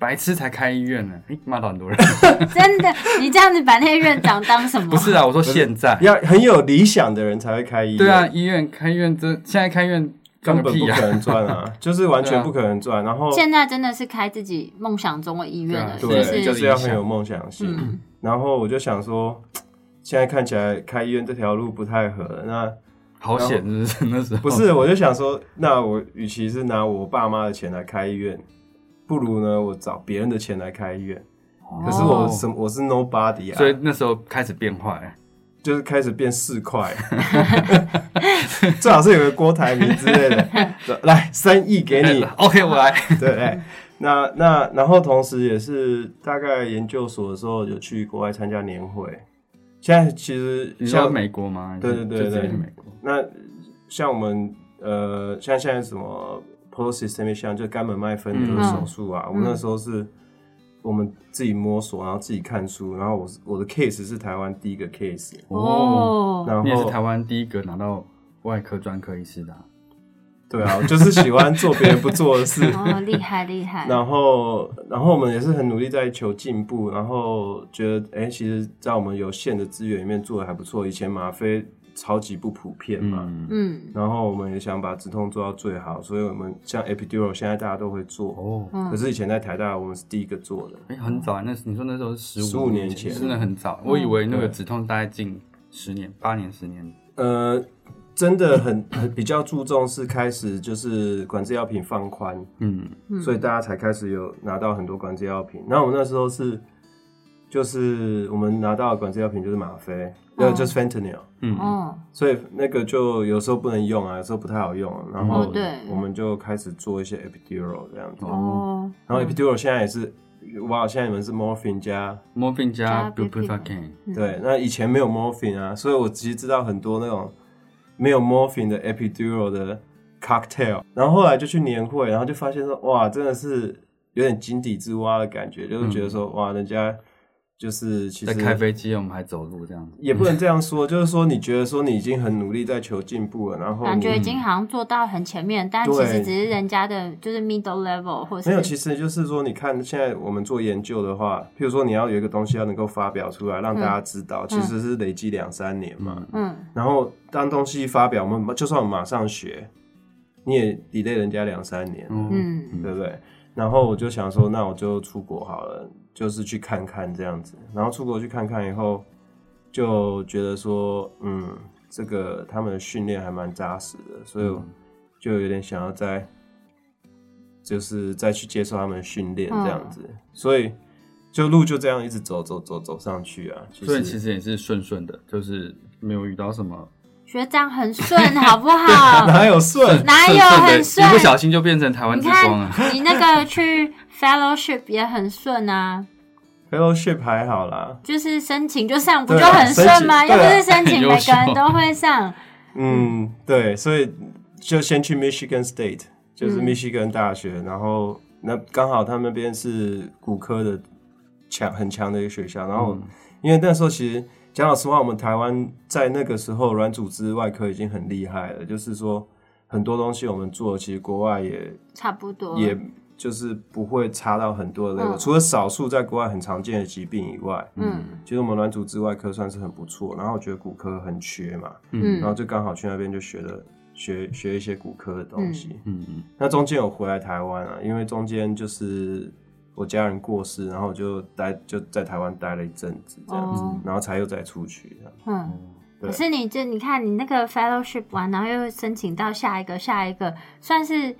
Speaker 2: 白痴才开医院呢！哎、骂到很多人。
Speaker 1: 嗯真的，你这样子把那院长当什么？
Speaker 2: 不是啊，我说现在。
Speaker 3: 要很有理想的人才会开医院，
Speaker 2: 对啊，，医院开医院真现在开医院赚
Speaker 3: 根
Speaker 2: 个
Speaker 3: 本不
Speaker 2: 屁啊！
Speaker 3: 可能赚啊， 就是完全不可能赚。然后
Speaker 1: 现在真的是开自己梦想中的医院了，
Speaker 2: 在
Speaker 1: 是
Speaker 2: 对
Speaker 1: 不？
Speaker 3: 对，就是是要很有梦想性。
Speaker 1: 嗯
Speaker 3: 然后我就想说，现在看起来开医院这条路不太合，那
Speaker 2: 好险，是不是那时候？
Speaker 3: 不是，我就想说，那我与其是拿我爸妈的钱来开医院，不如呢，我找别人的钱来开医院。
Speaker 2: 哦，
Speaker 3: 可是我什么，我是 nobody 啊，
Speaker 2: 所以那时候开始变坏。
Speaker 3: 就是开始变四块， 最好是有个郭台铭之类的， 来三亿 给你，
Speaker 2: OK，我 来。
Speaker 3: 对，哎那那然后同时也是大概研究所的时候有去国外参加年会，现在其实
Speaker 2: 你
Speaker 3: 像
Speaker 2: 说美国吗？
Speaker 3: 对对对
Speaker 2: 就直接
Speaker 3: 对
Speaker 2: 去美国。
Speaker 3: 那像我们呃，像现在什么 polycystic 像就肝门脉分
Speaker 2: 嗯
Speaker 3: 离的手术啊，我们那时候是。我们自己摸索，然后自己看书，然后我是我的 case 是台湾第一个 case，
Speaker 2: 哦，
Speaker 1: 哦，
Speaker 3: 然
Speaker 2: 你也是
Speaker 3: 后
Speaker 2: 台湾第一个拿到外科专科医师的啊。
Speaker 3: 对啊，我就是喜欢做别人不做的事，
Speaker 1: 哦，厉害厉害，
Speaker 3: 然后，然后我们也是很努力在求进步，然后觉得，哎，其实，在我们有限的资源里面做的还不错。以前吗啡超级不普遍嘛，
Speaker 2: 嗯，
Speaker 1: 嗯
Speaker 3: 然后我们也想把止痛做到最好，所以我们像 epidural 现在大家都会做，
Speaker 2: 哦，
Speaker 1: 嗯
Speaker 3: 可是以前在台大我们是第一个做的，
Speaker 2: 哎，很早啊，那你说那时候是十
Speaker 3: 15年前嗯
Speaker 2: 真的很早。我以为那个
Speaker 3: 对
Speaker 2: 止痛大概近十年、八年、十年。
Speaker 3: 呃，真的很很比较注重是开始就是管制药品放宽，
Speaker 2: 嗯，
Speaker 1: 嗯，
Speaker 3: 所以大家才开始有拿到很多管制药品。那我们那时候是，就是我们拿到的管制药品就是吗啡，呃、
Speaker 1: 嗯
Speaker 3: 就是 fentanyl，
Speaker 1: 哦，
Speaker 3: 所以那个就有时候不能用啊，有时候不太好用啊、然后
Speaker 1: 哦对
Speaker 3: 我们就开始做一些 epidural 这样子。
Speaker 1: 哦，
Speaker 3: 嗯然后 epidural 现在也是，哇，现在你们是 morphine 加。
Speaker 2: 莫病加
Speaker 1: 加
Speaker 2: b u p r o f
Speaker 1: Bupivacaine
Speaker 2: e n
Speaker 3: 对，那以前没有 morphine 啊，所以我其实知道很多那种没有 morphine 的 epidural 的 cocktail，然后后来就去年会，然后就发现说，哇，真的是有点井底之蛙的感觉，就是觉得
Speaker 1: 嗯
Speaker 3: 说，哇，人家就是其
Speaker 2: 在开
Speaker 3: 实
Speaker 2: 飞机，我们还走路这样子。
Speaker 3: 也不能这样说，就是说你觉得说你已经很努力在求进步了，然后
Speaker 1: 感
Speaker 3: 你
Speaker 1: 觉已经好像做到很前面，但其实
Speaker 3: 嗯对
Speaker 1: 只是人家的就是 middle level 或是
Speaker 3: 没有，其实就是说，你看现在我们做研究的话，譬如说你要有一个东西要能够发表出来，让大家知道，其实是累积两三年
Speaker 2: 哦
Speaker 3: 嘛。
Speaker 1: 嗯
Speaker 3: 然后当东西发表，我们就算我们马上学，你也 delay 人家两三年，
Speaker 2: 嗯，
Speaker 1: 嗯
Speaker 3: 对不对？然后我就想说，那我就出国好了，就是去看看这样子。然后出国去看看以后，就觉得说，嗯，这个他们的训练还蛮扎实的，所以
Speaker 2: 嗯
Speaker 3: 我就有点想要
Speaker 2: 嗯
Speaker 3: 再，就是再去接受他们的训练这样子。所以就路就这样一直走走走走上去啊。
Speaker 2: 所以其
Speaker 3: 实
Speaker 2: 实也是顺顺的，就是没有遇到什么
Speaker 1: 学长很顺，好不好？
Speaker 3: 哪有顺？
Speaker 1: 哪有很
Speaker 2: 顺
Speaker 1: 顺
Speaker 2: 的，一不？小心就变成台湾
Speaker 1: 你
Speaker 2: 之光
Speaker 1: 看
Speaker 2: 了。
Speaker 1: 你那个去 fellowship 也很顺啊，
Speaker 3: fellowship 还好啦，
Speaker 1: 就是申请就上，不
Speaker 3: 对
Speaker 1: 就
Speaker 3: 啊
Speaker 1: 很顺吗？
Speaker 3: 申请
Speaker 1: 又不
Speaker 3: 对
Speaker 1: 是
Speaker 3: 啊
Speaker 1: 申 请，
Speaker 2: 很优
Speaker 1: 每个人
Speaker 2: 秀
Speaker 1: 都会上。
Speaker 3: 嗯，对，所以就先去 Michigan State，就是
Speaker 1: 嗯
Speaker 3: 密西根大学，然后那刚好他们那边是骨科的强很强的一个学校，然后因为那时候其实讲老实话，我们台湾在那个时候软组织外科已经很厉害了，就是说很多东西我们做，其实国外也
Speaker 1: 差不多，
Speaker 3: 也就是不会差到很多的 level，、
Speaker 1: 嗯
Speaker 3: 除了少数在国外很常见的疾病以外，
Speaker 1: 嗯
Speaker 3: 其实我们软组织外科算是很不错。然后我觉得骨科很缺嘛，然后
Speaker 1: 嗯
Speaker 3: 就刚好去那边就学了学学一些骨科的东西。
Speaker 2: 嗯嗯
Speaker 3: 那中间有回来台湾啊，因为中间就是我家人过世，然后我就待就在台湾待了一阵子这样子，
Speaker 1: 哦
Speaker 3: 然后才又再出去这样。
Speaker 1: 嗯。
Speaker 3: 哦对
Speaker 1: 可是你这，你看你那个 fellowship 完，然后又申请到下一个，下一个，算是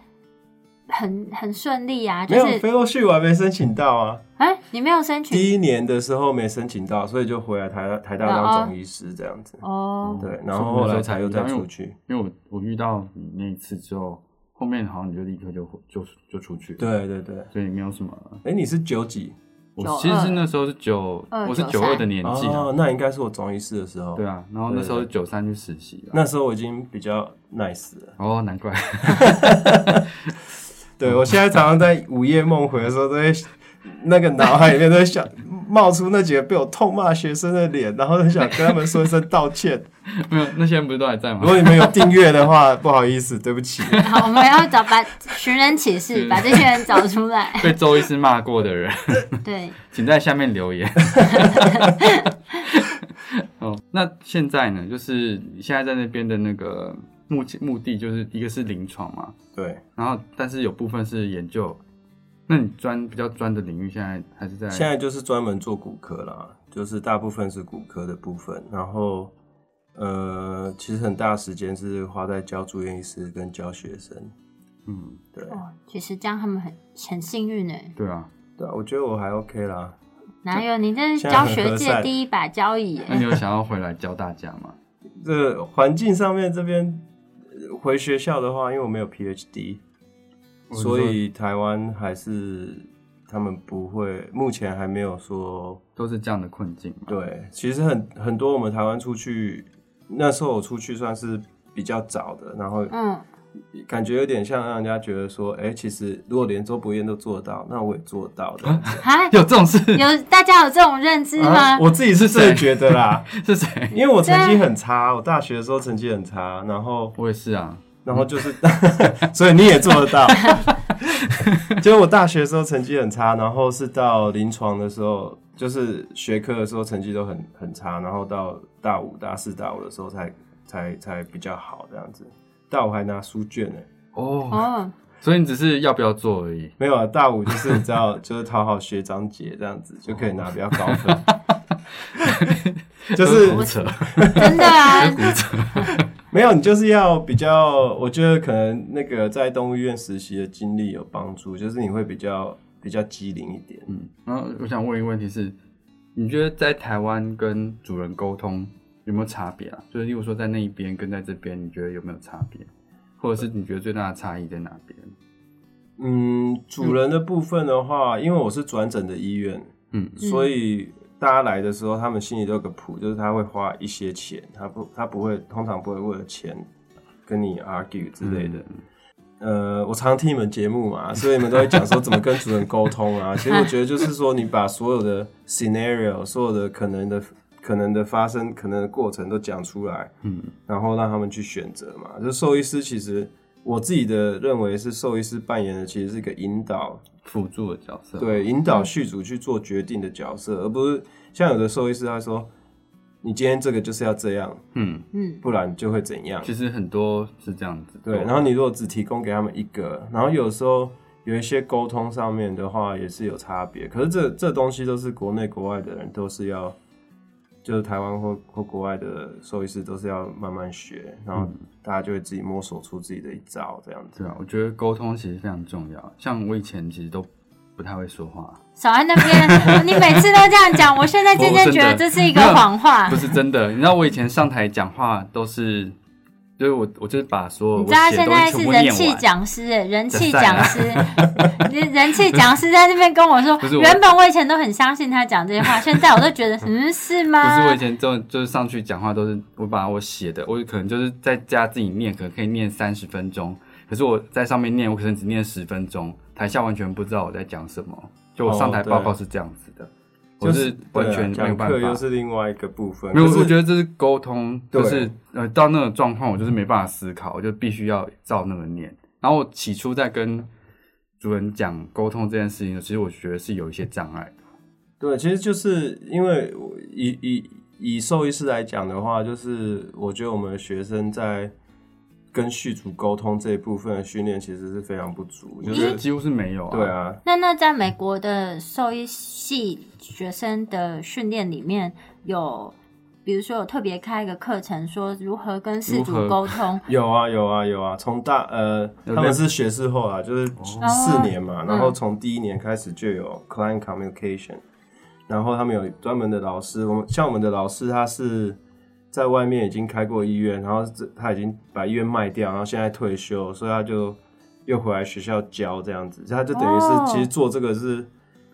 Speaker 1: 很很顺利啊。就
Speaker 3: 没有
Speaker 1: 是
Speaker 3: fellowship 我还没申请到啊，
Speaker 1: 哎、你没有申请
Speaker 3: 第一年的时候没申请到，所以就回来台大台大
Speaker 1: 哦
Speaker 3: 当总医师这样子。
Speaker 1: 哦，
Speaker 3: 对，然后后来才又再出去。
Speaker 2: 因为我我遇到你那一次之后，后面好像你就立刻就就就出去了，，
Speaker 3: 对对对，
Speaker 2: 所以没有什么。
Speaker 3: 哎，你是九几？
Speaker 2: 我
Speaker 1: 92
Speaker 2: 其实是那时候是九，
Speaker 1: 92
Speaker 2: 我是九二的年纪
Speaker 3: 哦
Speaker 2: 啊，，
Speaker 3: 那应该是我总医师的时候。
Speaker 2: 对，啊，然后那时候是九三去实习了。
Speaker 3: 那时候我已经比较 nice 了。
Speaker 2: 哦，难怪，
Speaker 3: 对我现在常常在午夜梦回的时候，都会那个脑海里面都会想冒出那几个被我痛骂学生的脸，然后就想跟他们说一声道歉。
Speaker 2: 没有那些人不是都还在吗
Speaker 3: 如？果你们有订阅的话，不好意思，对不起。
Speaker 1: 好，我们要找把寻人启事，把这些人找出 来。
Speaker 2: 被周医师骂过的人，
Speaker 1: 对，
Speaker 2: 请在下面留 言。哦，那现在呢？就是你现在在那边的那个目前目的，就是一个是临床嘛，
Speaker 3: 对，
Speaker 2: 然后但是有部分是研究。那你专比较专的领域，现在还是在
Speaker 3: 现在就是专门做骨科啦，就是大部分是骨科的部分，然后。呃，其实很大时间是花在教住院医师跟教学生，
Speaker 2: 嗯，
Speaker 3: 对
Speaker 1: 哦，其实这样他们很很幸运呢。
Speaker 2: 对 啊。
Speaker 3: 对啊，我觉得我还 OK 啦。
Speaker 1: 哪有你这是
Speaker 3: 现在
Speaker 1: 教
Speaker 3: 很
Speaker 1: 学
Speaker 3: 和
Speaker 1: 界
Speaker 3: 善
Speaker 1: 第一把交椅耶
Speaker 2: 那你有想要回来教大家吗？
Speaker 3: 这个环境上面这边呃回学校的话，因为我没有 PhD，所以台湾还是他们不会，目前还没有说
Speaker 2: 都是这样的困境嘛。
Speaker 3: 对。其实很很多我们台湾出去，那时候我出去算是比较早的，然后
Speaker 1: 嗯，
Speaker 3: 感觉有点像让人家觉得说，哎、其实如果连周伯彦都做到，那我也做到的。
Speaker 1: 哈，
Speaker 2: 有这种事？
Speaker 1: 有大家有这种认知吗？
Speaker 3: 啊我自己是真的觉得啦，
Speaker 2: 是谁？
Speaker 3: 因为我成绩很差，我大学的时候成绩很差，然后
Speaker 2: 我也是啊。
Speaker 3: 然后就是， 所以你也做得到。就是我大学的时候成绩很差，然后是到临床的时候，就是学科的时候成绩都很很差，然后到大五、大四、大五的时候才才才比较好这样子。大五还拿书卷呢、
Speaker 2: 哦，
Speaker 1: 哦，
Speaker 2: 所以你只是要不要做而已。
Speaker 3: 没有啊，大五就是你知道，就是讨好学长姐这样子就可以拿比较高分，就是
Speaker 2: 胡扯，
Speaker 1: 真的 啊，
Speaker 3: 没有，你就是要比较，我觉得可能那个在动物医院实习的经历有帮助，就是你会比较比较机灵一点。
Speaker 2: 嗯，然后我想问一个问题是，你觉得在台湾跟主人沟通有没有差别啊？就是例如说在那一边跟在这边，你觉得有没有差别？或者是你觉得最大的差异在哪边？
Speaker 3: 嗯，主人的部分的话，因为我是转诊的医院，
Speaker 2: 嗯
Speaker 3: 所以大家来的时候，他们心里都有个谱，就是他会花一些钱，他不他不会通常不会为了钱跟你 argue 之类的。呃，我常听你们节目嘛，所以你们都会讲说怎么跟主人沟通啊。其实我觉得就是说，你把所有的 scenario、所有的可能的、可能的发生、可能的过程都讲出来，
Speaker 2: 嗯，
Speaker 3: 然后让他们去选择嘛。就兽医师其实我自己的认为是兽医师扮演的其实是一个引导，
Speaker 2: 辅助的角色。，
Speaker 3: 对，引导续主去做决定的角色，而不是像有的兽医师他说，你今天这个就是要这样，
Speaker 2: 嗯，
Speaker 1: 嗯，
Speaker 3: 不然就会怎样。
Speaker 2: 其实很多是这样子。
Speaker 3: 对，然后你如果只提供给他们一个，然后有时候有一些沟通上面的话也是有差别，可是这这东西都是国内国外的人都是要，就是台湾或或国外的兽医师都是要慢慢学，然
Speaker 2: 嗯
Speaker 3: 后大家就会自己摸索出自己的一招这样子。
Speaker 2: 对啊，我觉得沟通其实非常重要。像我以前其实都不太会说话，
Speaker 1: 少在那边，你每次都这样讲，我现在渐渐觉得这是一个谎话
Speaker 2: 不。是真 的。你知道我以前上台讲话都是，就是我我就是把所有
Speaker 1: 你
Speaker 2: 我
Speaker 1: 知道
Speaker 2: 写
Speaker 1: 现
Speaker 2: 的东
Speaker 1: 在
Speaker 2: 西
Speaker 1: 是
Speaker 2: 全部
Speaker 1: 人
Speaker 2: 念
Speaker 1: 气
Speaker 2: 完。
Speaker 1: 讲师耶，人气
Speaker 2: 就算
Speaker 1: 讲
Speaker 2: 了
Speaker 1: 师， 人人气讲师在那边跟我说
Speaker 2: 不是，我
Speaker 1: 原本我以前都很相信他讲这些话，现在我都觉得，嗯，是
Speaker 2: 不是我
Speaker 1: 吗
Speaker 2: 以？前就就是上去讲话都是我把我写的，我可能就是在家自己念，可能可以念三十分钟，可是我在上面念，我可能只念十分钟，台下完全不知道我在讲什么。就我上台
Speaker 3: 哦对
Speaker 2: 报告是这样子的，我
Speaker 3: 就是
Speaker 2: 完全
Speaker 3: 对啊
Speaker 2: 没有办
Speaker 3: 讲课
Speaker 2: 法。
Speaker 3: 又是另外一个部分。
Speaker 2: 没有，
Speaker 3: 可是
Speaker 2: 我觉得这是沟通，
Speaker 3: 对
Speaker 2: 就是呃，到那个状况，我就是没办法思考，我就必须要照那个念。然后我起初在跟主人讲沟通这件事情，其实我觉得是有一些障碍的。
Speaker 3: 对，其实就是因为我以以以兽医师来讲的话，就是我觉得我们的学生在跟续主沟通这一部分的训练其实是非常不足，就
Speaker 2: 我
Speaker 3: 是
Speaker 2: 觉得几乎是没有啊。
Speaker 3: 对，啊，
Speaker 1: 那那在美国的兽医系学生的训练里面有。比如说，有特别开一个课程，说如何跟事主
Speaker 2: 如何
Speaker 1: 沟通，
Speaker 3: 有啊有啊有啊，从大呃，
Speaker 2: 有
Speaker 3: 他们
Speaker 2: 类
Speaker 3: 是学士后啊，就是四年
Speaker 1: 哦
Speaker 3: 嘛，然
Speaker 1: 嗯
Speaker 3: 后从第一年开始就有 client communication，、然后他们有专门的老师，我们像我们的老师他是在外面已经开过医院，然后这他已经把医院卖掉，然后现在退休，所以他就又回来学校教这样子，他就等于是、
Speaker 1: 哦
Speaker 3: 其实做这个是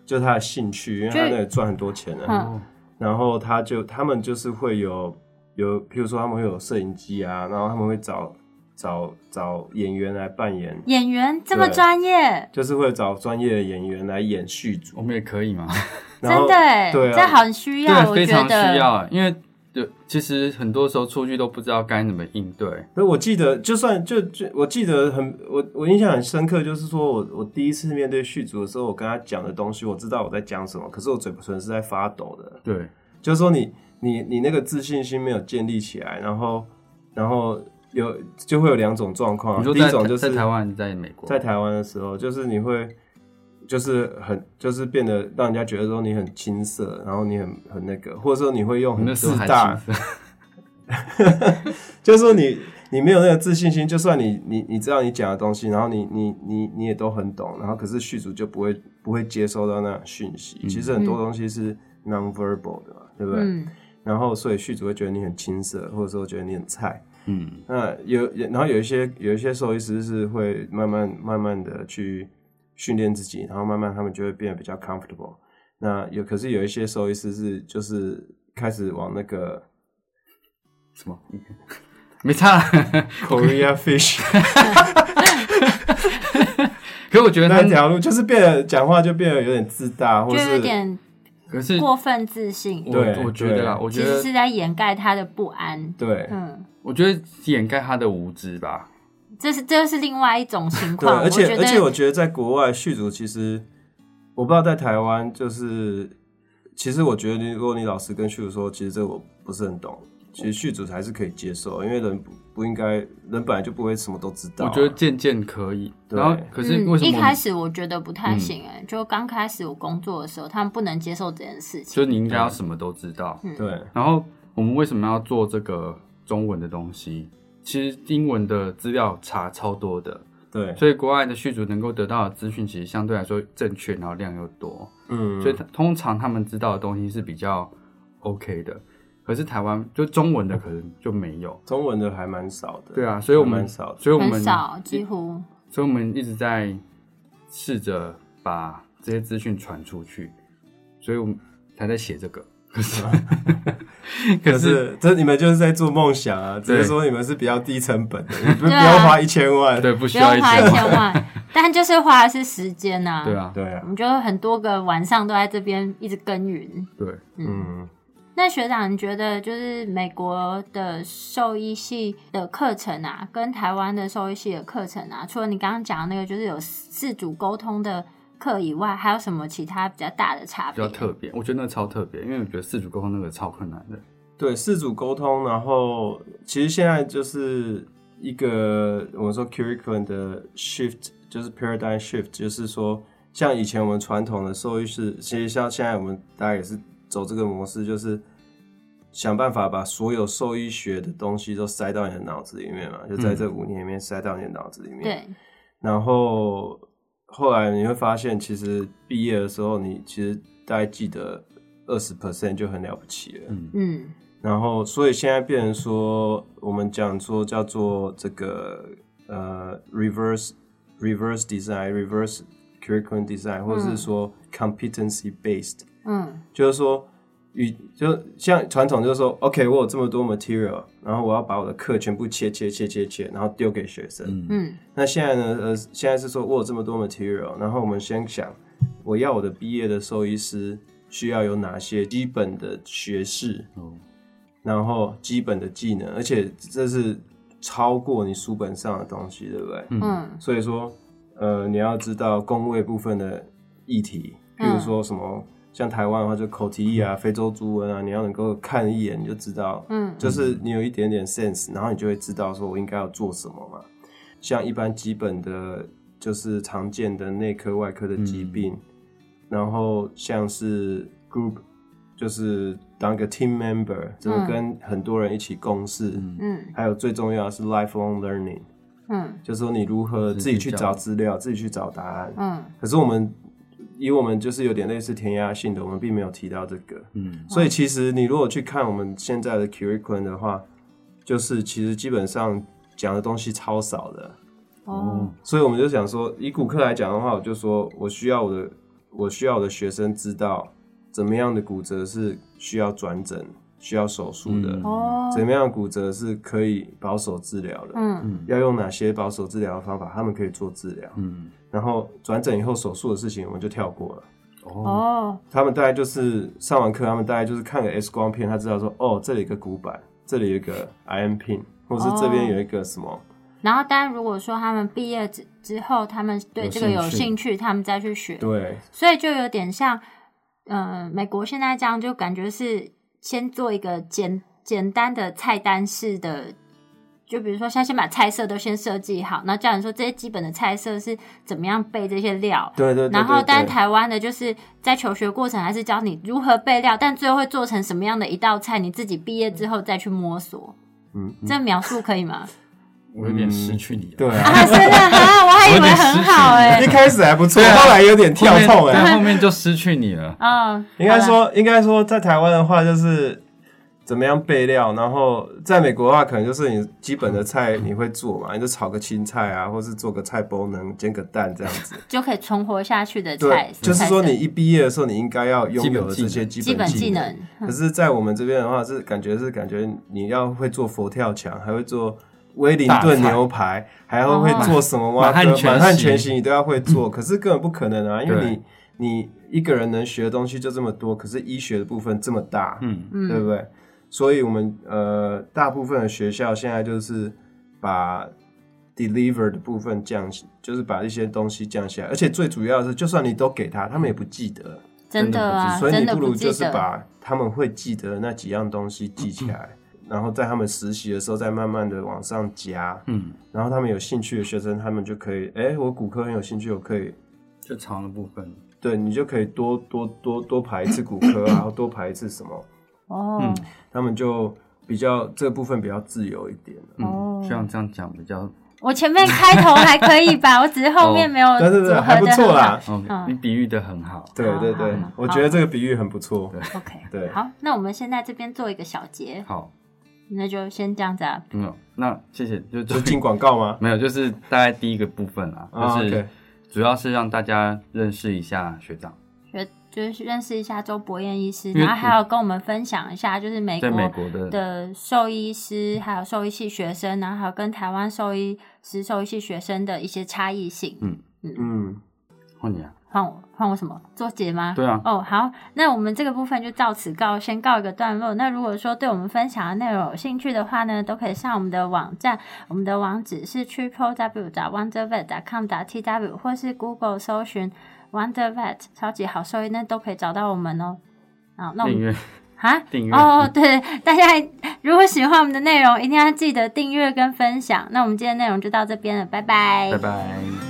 Speaker 3: 就是他的兴趣，因为他
Speaker 1: 就是
Speaker 3: 那里赚很多钱啊，
Speaker 1: 嗯
Speaker 3: 然后他就他们就是会有有，譬如说他们会有摄影机啊，然后他们会找找找演员来扮演，
Speaker 1: 演员这么
Speaker 3: 对
Speaker 1: 专业，
Speaker 3: 就是会找专业的演员来演续
Speaker 2: 我
Speaker 3: 组，
Speaker 2: 们也可 以嘛。
Speaker 3: 然
Speaker 1: 真
Speaker 3: 后
Speaker 1: 的哎，
Speaker 3: 对
Speaker 1: 这
Speaker 3: 啊，
Speaker 1: 很需
Speaker 2: 对啊
Speaker 1: 要，，我
Speaker 2: 非
Speaker 1: 觉
Speaker 2: 常需
Speaker 1: 得
Speaker 2: 要啊，因为对，其实很多时候出去都不知道该怎么应对。
Speaker 3: 所以我记得就算就就我记得很我我印象很深刻，就是说我我第一次面对续组的时候，我跟他讲的东西，我知道我在讲什么，可是我嘴唇是在发抖的，
Speaker 2: 对，
Speaker 3: 就是说你你你那个自信心没有建立起来，然后然后有就会有两种状况，啊
Speaker 2: 你说
Speaker 3: 第一
Speaker 2: 在
Speaker 3: 种就是
Speaker 2: 在台湾，在美国，
Speaker 3: 在台湾的时候，就是你会，就是很，就是变得让人家觉得说你很青涩，然后你很很那个，或者说你会用
Speaker 2: 我那
Speaker 3: 很
Speaker 2: 时候
Speaker 3: 自
Speaker 2: 还
Speaker 3: 大，
Speaker 2: 青涩
Speaker 3: 就是说你你没有那个自信心，就算你你你知道你讲的东西，然后你你你你也都很懂，然后可是续主就不会不会接收到那种讯息。
Speaker 2: 嗯
Speaker 3: 其实很多东西是 non-verbal 的嘛，对不对？
Speaker 1: 嗯，
Speaker 3: 然后所以续主会觉得你很青涩，或者说觉得你很菜。
Speaker 2: 嗯，
Speaker 3: 那有，然后有一些有一些兽医师是会慢慢慢慢的去训练自己，然后慢慢他们就会变得比较 comfortable。那有，可是有一些兽医师是就是开始往那个
Speaker 2: 什么？没差啦。
Speaker 3: Korea fish
Speaker 2: 可是我觉得
Speaker 3: 那
Speaker 2: 他
Speaker 3: 条路，就是变得讲话就变得有点自大，或
Speaker 1: 就有
Speaker 3: 是
Speaker 1: 点
Speaker 2: 可是
Speaker 1: 过分自信，
Speaker 3: 对
Speaker 2: 我我觉得啊，
Speaker 3: 对
Speaker 2: 我
Speaker 1: 其
Speaker 2: 觉
Speaker 1: 实
Speaker 2: 得
Speaker 1: 是在掩盖他的不安。
Speaker 3: 对
Speaker 1: 嗯，
Speaker 2: 我觉得掩盖他的无知吧。
Speaker 1: 这是这是另外一种情
Speaker 3: 对，
Speaker 1: 况。
Speaker 3: 而且
Speaker 1: 我
Speaker 3: 而且
Speaker 1: 觉
Speaker 3: 我
Speaker 1: 得
Speaker 3: 觉得在国外续组其实我不知道在台湾就是，其实我觉得你如果你老师跟续组说，其实这我不是很懂。其实续组还是可以接受，因为人不不应该，人本来就不会什么都知
Speaker 2: 我
Speaker 3: 道啊、
Speaker 2: 觉得渐渐可以，
Speaker 3: 对
Speaker 2: 然后可是
Speaker 1: 嗯
Speaker 2: 为什么
Speaker 1: 一
Speaker 2: 我
Speaker 1: 开
Speaker 2: 们
Speaker 1: 始我觉得不
Speaker 3: 嗯
Speaker 1: 太行哎、就刚开始我工作的时候，他们不能接受这件事情。
Speaker 2: 就你应该要什么都知道？
Speaker 3: 对
Speaker 2: 然后我们为什么要做这个中文的东西？其实英文的资料查超多的，
Speaker 3: 对，
Speaker 2: 所以国外的续主能够得到的资讯，其实相对来说正确，然后量又多，
Speaker 3: 嗯，
Speaker 2: 所以他通常他们知道的东西是比较 OK 的。可是台湾就中文的可能就没有，
Speaker 3: 中文的还蛮少的，
Speaker 2: 对啊，所以我
Speaker 3: 还
Speaker 2: 们
Speaker 3: 蛮少的，
Speaker 2: 所以我们
Speaker 1: 很少，几乎
Speaker 2: 所以我们一直在试着把这些资讯传出去，所以我们才在写这个。可
Speaker 3: 可
Speaker 2: 是，
Speaker 3: 是这你们就是在做梦想啊，只
Speaker 2: 对
Speaker 3: 是说你们是比较低成 本的，你不不
Speaker 1: 对啊
Speaker 3: 用花一千万，
Speaker 2: 对，不
Speaker 1: 不
Speaker 2: 需要
Speaker 1: 用
Speaker 2: 一
Speaker 1: 花一
Speaker 2: 千万，
Speaker 1: 千万，但就是花的是时间呐、
Speaker 2: 对，啊，
Speaker 3: 对啊
Speaker 1: 我，们就很多个晚上都在这边一直耕耘。
Speaker 2: 对。
Speaker 3: 嗯，
Speaker 1: 那学长，你觉得就是美国的兽医系的课程啊，跟台湾的兽医系的课程啊，除了你刚刚讲的那个就是有自主沟通的课以外，还有什么其他比较大的差
Speaker 2: 比
Speaker 1: 别？
Speaker 2: 较特别，我觉得那个超特别，因为我觉得四主沟通那个超困难的。
Speaker 3: 对，四组沟通，然后其实现在就是一个我们说 curriculum 的 shift，就是 paradigm shift，就是说像以前我们传统的兽医是，其实像现在我们大家也是走这个模式，就是想办法把所有兽医学的东西都塞到你的脑子里面嘛，就在这五年里面塞到你的脑子里面。
Speaker 1: 对，
Speaker 3: 然后后来你会发现，其实毕业的时候，你其实大概记得二十 percent 就很了不起了。
Speaker 2: 嗯，
Speaker 1: 嗯
Speaker 3: 然后，所以现在变成说，我们讲说叫做这个呃 reverse reverse design reverse curriculum design，或者是说 competency based，、
Speaker 1: 嗯
Speaker 3: 就是说与就像传统就是说，OK，我有这么多 material，然后我要把我的课全部切切切切切，然后丢给学生。
Speaker 1: 嗯
Speaker 3: 那现在呢？呃，现在是说我有这么多 material，然后我们先想，我要我的毕业的兽医师需要有哪些基本的学识，
Speaker 2: 哦
Speaker 3: 然后基本的技能，而且这是超过你书本上的东西，对不对？
Speaker 1: 嗯
Speaker 3: 所以说，呃，你要知道工位部分的议题，比
Speaker 1: 嗯
Speaker 3: 如说什么，像台湾的话就口蹄疫啊、非洲猪瘟啊，你要能够看一眼你就知道，
Speaker 1: 嗯
Speaker 3: 就是你有一点点 sense，然后你就会知道说我应该要做什么嘛。像一般基本的，就是常见的内科、外科的疾病，然后像是 group，就是当一个 team member，怎么
Speaker 1: 嗯
Speaker 3: 跟很多人一起共事，
Speaker 1: 嗯
Speaker 3: 还有最重要的是 lifelong learning。
Speaker 1: 嗯
Speaker 3: 就是说你如何自己去
Speaker 2: 自己
Speaker 3: 找
Speaker 2: 找
Speaker 3: 资料，自己去找答案。
Speaker 1: 嗯
Speaker 3: 可是我们以我们就是有点类似填鸭性的，我们并没有提到这个。
Speaker 2: 嗯
Speaker 3: 所以其实你如果去看我们现在的 curriculum 的话，就是其实基本上讲的东西超少的。
Speaker 1: 哦
Speaker 3: 所以我们就想说，以骨科来讲的话，我就说我需要我的我需要我的学生知道怎么样的骨折是需要转诊、需要手术的，
Speaker 2: 嗯
Speaker 1: 哦
Speaker 3: 怎么样的骨折是可以保守治疗的。
Speaker 1: 嗯
Speaker 3: 要用哪些保守治疗的方法，他们可以做治疗。
Speaker 2: 嗯
Speaker 3: 然后转诊以后手术的事情我们就跳过了。
Speaker 2: 哦
Speaker 1: 哦
Speaker 3: 他们大概就是上完课，他们大概就是看个 X 光片，他知道说哦，这里有一个骨板，这里有一个 IM pin，或是这边有一个什
Speaker 1: 哦
Speaker 3: 么。
Speaker 1: 然后，当然，如果说他们毕业之之后，他们对
Speaker 2: 有
Speaker 1: 这个有
Speaker 2: 兴趣
Speaker 1: 兴趣，他们再去学，
Speaker 3: 对，
Speaker 1: 所以就有点像，呃，美国现在这样，就感觉是先做一个简简单的菜单式的，就比如说，像先把菜色都先设计好，然后叫你说这些基本的菜色是怎么样备这些料。
Speaker 3: 对对对。
Speaker 1: 然后，
Speaker 3: 对
Speaker 1: 但
Speaker 3: 对
Speaker 1: 台湾的就是在求学过程还是教你如何备料，但最后会做成什么样的一道菜，你自己毕业之后再去摸索。
Speaker 3: 嗯，
Speaker 1: 这描述可以吗？
Speaker 2: 我有点失去你了。
Speaker 3: 对啊，
Speaker 1: 啊，真的哈，我还以为很好哎、
Speaker 3: 一开始还不错，
Speaker 2: 对啊
Speaker 3: 后来有点跳
Speaker 2: 后
Speaker 3: 痛
Speaker 2: 面
Speaker 3: 哎、
Speaker 2: 但后面就失去你了。
Speaker 1: 嗯，
Speaker 3: 应该说，应该说，在台湾的话就是怎么样备料，然后在美国的话，可能就是你基本的菜你会 做嘛，你就炒个青菜啊，或是做个菜包能煎个蛋这样子。
Speaker 1: 就可以存活下去的
Speaker 3: 对
Speaker 1: 菜，，
Speaker 3: 就是
Speaker 1: 菜
Speaker 3: 说
Speaker 1: 色
Speaker 3: 你一毕业的时候，你应该要拥有的这些基
Speaker 1: 基本
Speaker 3: 本
Speaker 1: 技
Speaker 3: 技能。
Speaker 1: 能，
Speaker 2: 嗯
Speaker 3: 可是，在我们这边的话，是感觉是感觉你要会做佛跳墙，还会做威灵顿牛排，还要会做什么
Speaker 2: 哦
Speaker 3: 哇？
Speaker 2: 满汉
Speaker 3: 对
Speaker 2: 全席
Speaker 3: 满汉全席你都要会做，可是根本不可能啊，因为
Speaker 2: 对
Speaker 3: 你你一个人能学的东西就这么多，可是医学的部分这么大，
Speaker 2: 嗯
Speaker 1: 嗯，
Speaker 3: 对不对？所以我们呃，大部分的学校现在就是把 deliver 的部分降，就是把一些东西降下来，而且最主要的是，就算你都给他，他们也不记得，
Speaker 1: 真的啊，
Speaker 3: 所以
Speaker 1: 真
Speaker 3: 你
Speaker 1: 的
Speaker 3: 不如
Speaker 1: 记
Speaker 3: 就是
Speaker 1: 得，
Speaker 3: 把他们会记得的那几样东西记起来。然后在他们实习的时候，再慢慢的往上加。
Speaker 2: 嗯，
Speaker 3: 然后他们有兴趣的学生，他们就可以，哎，我骨科很有兴趣，我可以，
Speaker 2: 就长的部分，
Speaker 3: 对你就可以多多多多排一次骨科啊，然后多排一次什么，嗯
Speaker 1: 哦
Speaker 3: 他们就比较这部分比较自由一点了。
Speaker 1: 哦
Speaker 2: 嗯，像这样讲比较哦
Speaker 1: 我前面开头还可以 吧，我只是后面没有
Speaker 3: 对对
Speaker 1: 组
Speaker 3: 对，
Speaker 1: 合
Speaker 3: 哦还不
Speaker 1: 的
Speaker 3: 错啦。。
Speaker 2: OK，
Speaker 1: 嗯
Speaker 2: 你比喻的很好。
Speaker 3: 对对对
Speaker 1: 哦好好好，
Speaker 3: 我觉得这个比喻很不错。
Speaker 1: OK，
Speaker 3: 对
Speaker 1: 好，那我们先在这边做一个小结，
Speaker 2: 好，
Speaker 1: 那就先这样子啊。
Speaker 2: 没有，那谢谢，就
Speaker 3: 就
Speaker 2: 就
Speaker 3: 进广告吗？
Speaker 2: 没有，就是大概第一个部分啦，
Speaker 3: 啊
Speaker 2: 就
Speaker 3: OK
Speaker 2: 是主要是让大家认识一下学长，
Speaker 1: 学就是认识一下周博彦医师，
Speaker 2: 因为
Speaker 1: 然后还有跟我们分享一下，就是美
Speaker 2: 嗯在
Speaker 1: 国
Speaker 2: 美国的
Speaker 1: 的兽医师，还有兽医系学生，然后还有跟台湾兽医师、兽医系学生的一些差异性。
Speaker 3: 嗯，
Speaker 2: 换你啊，
Speaker 1: 换我换我什么做结吗？
Speaker 2: 对啊
Speaker 1: 哦，好，那我们这个部分就到此告先告一个段落。那如果说对我们分享的内容有兴趣的话呢，都可以上我们的网站，我们的网址是 triple w wondervet com t w 或是 Google 搜寻 wondervet 超级好兽医，那都可以找到我们哦。好，那我
Speaker 2: 订
Speaker 1: 们
Speaker 2: 阅，
Speaker 1: 啊，
Speaker 2: 订阅
Speaker 1: 哦，对，大家如果喜欢我们的内容，一定要记得订阅跟分享。那我们今天的内容就到这边了，拜拜
Speaker 2: 拜拜。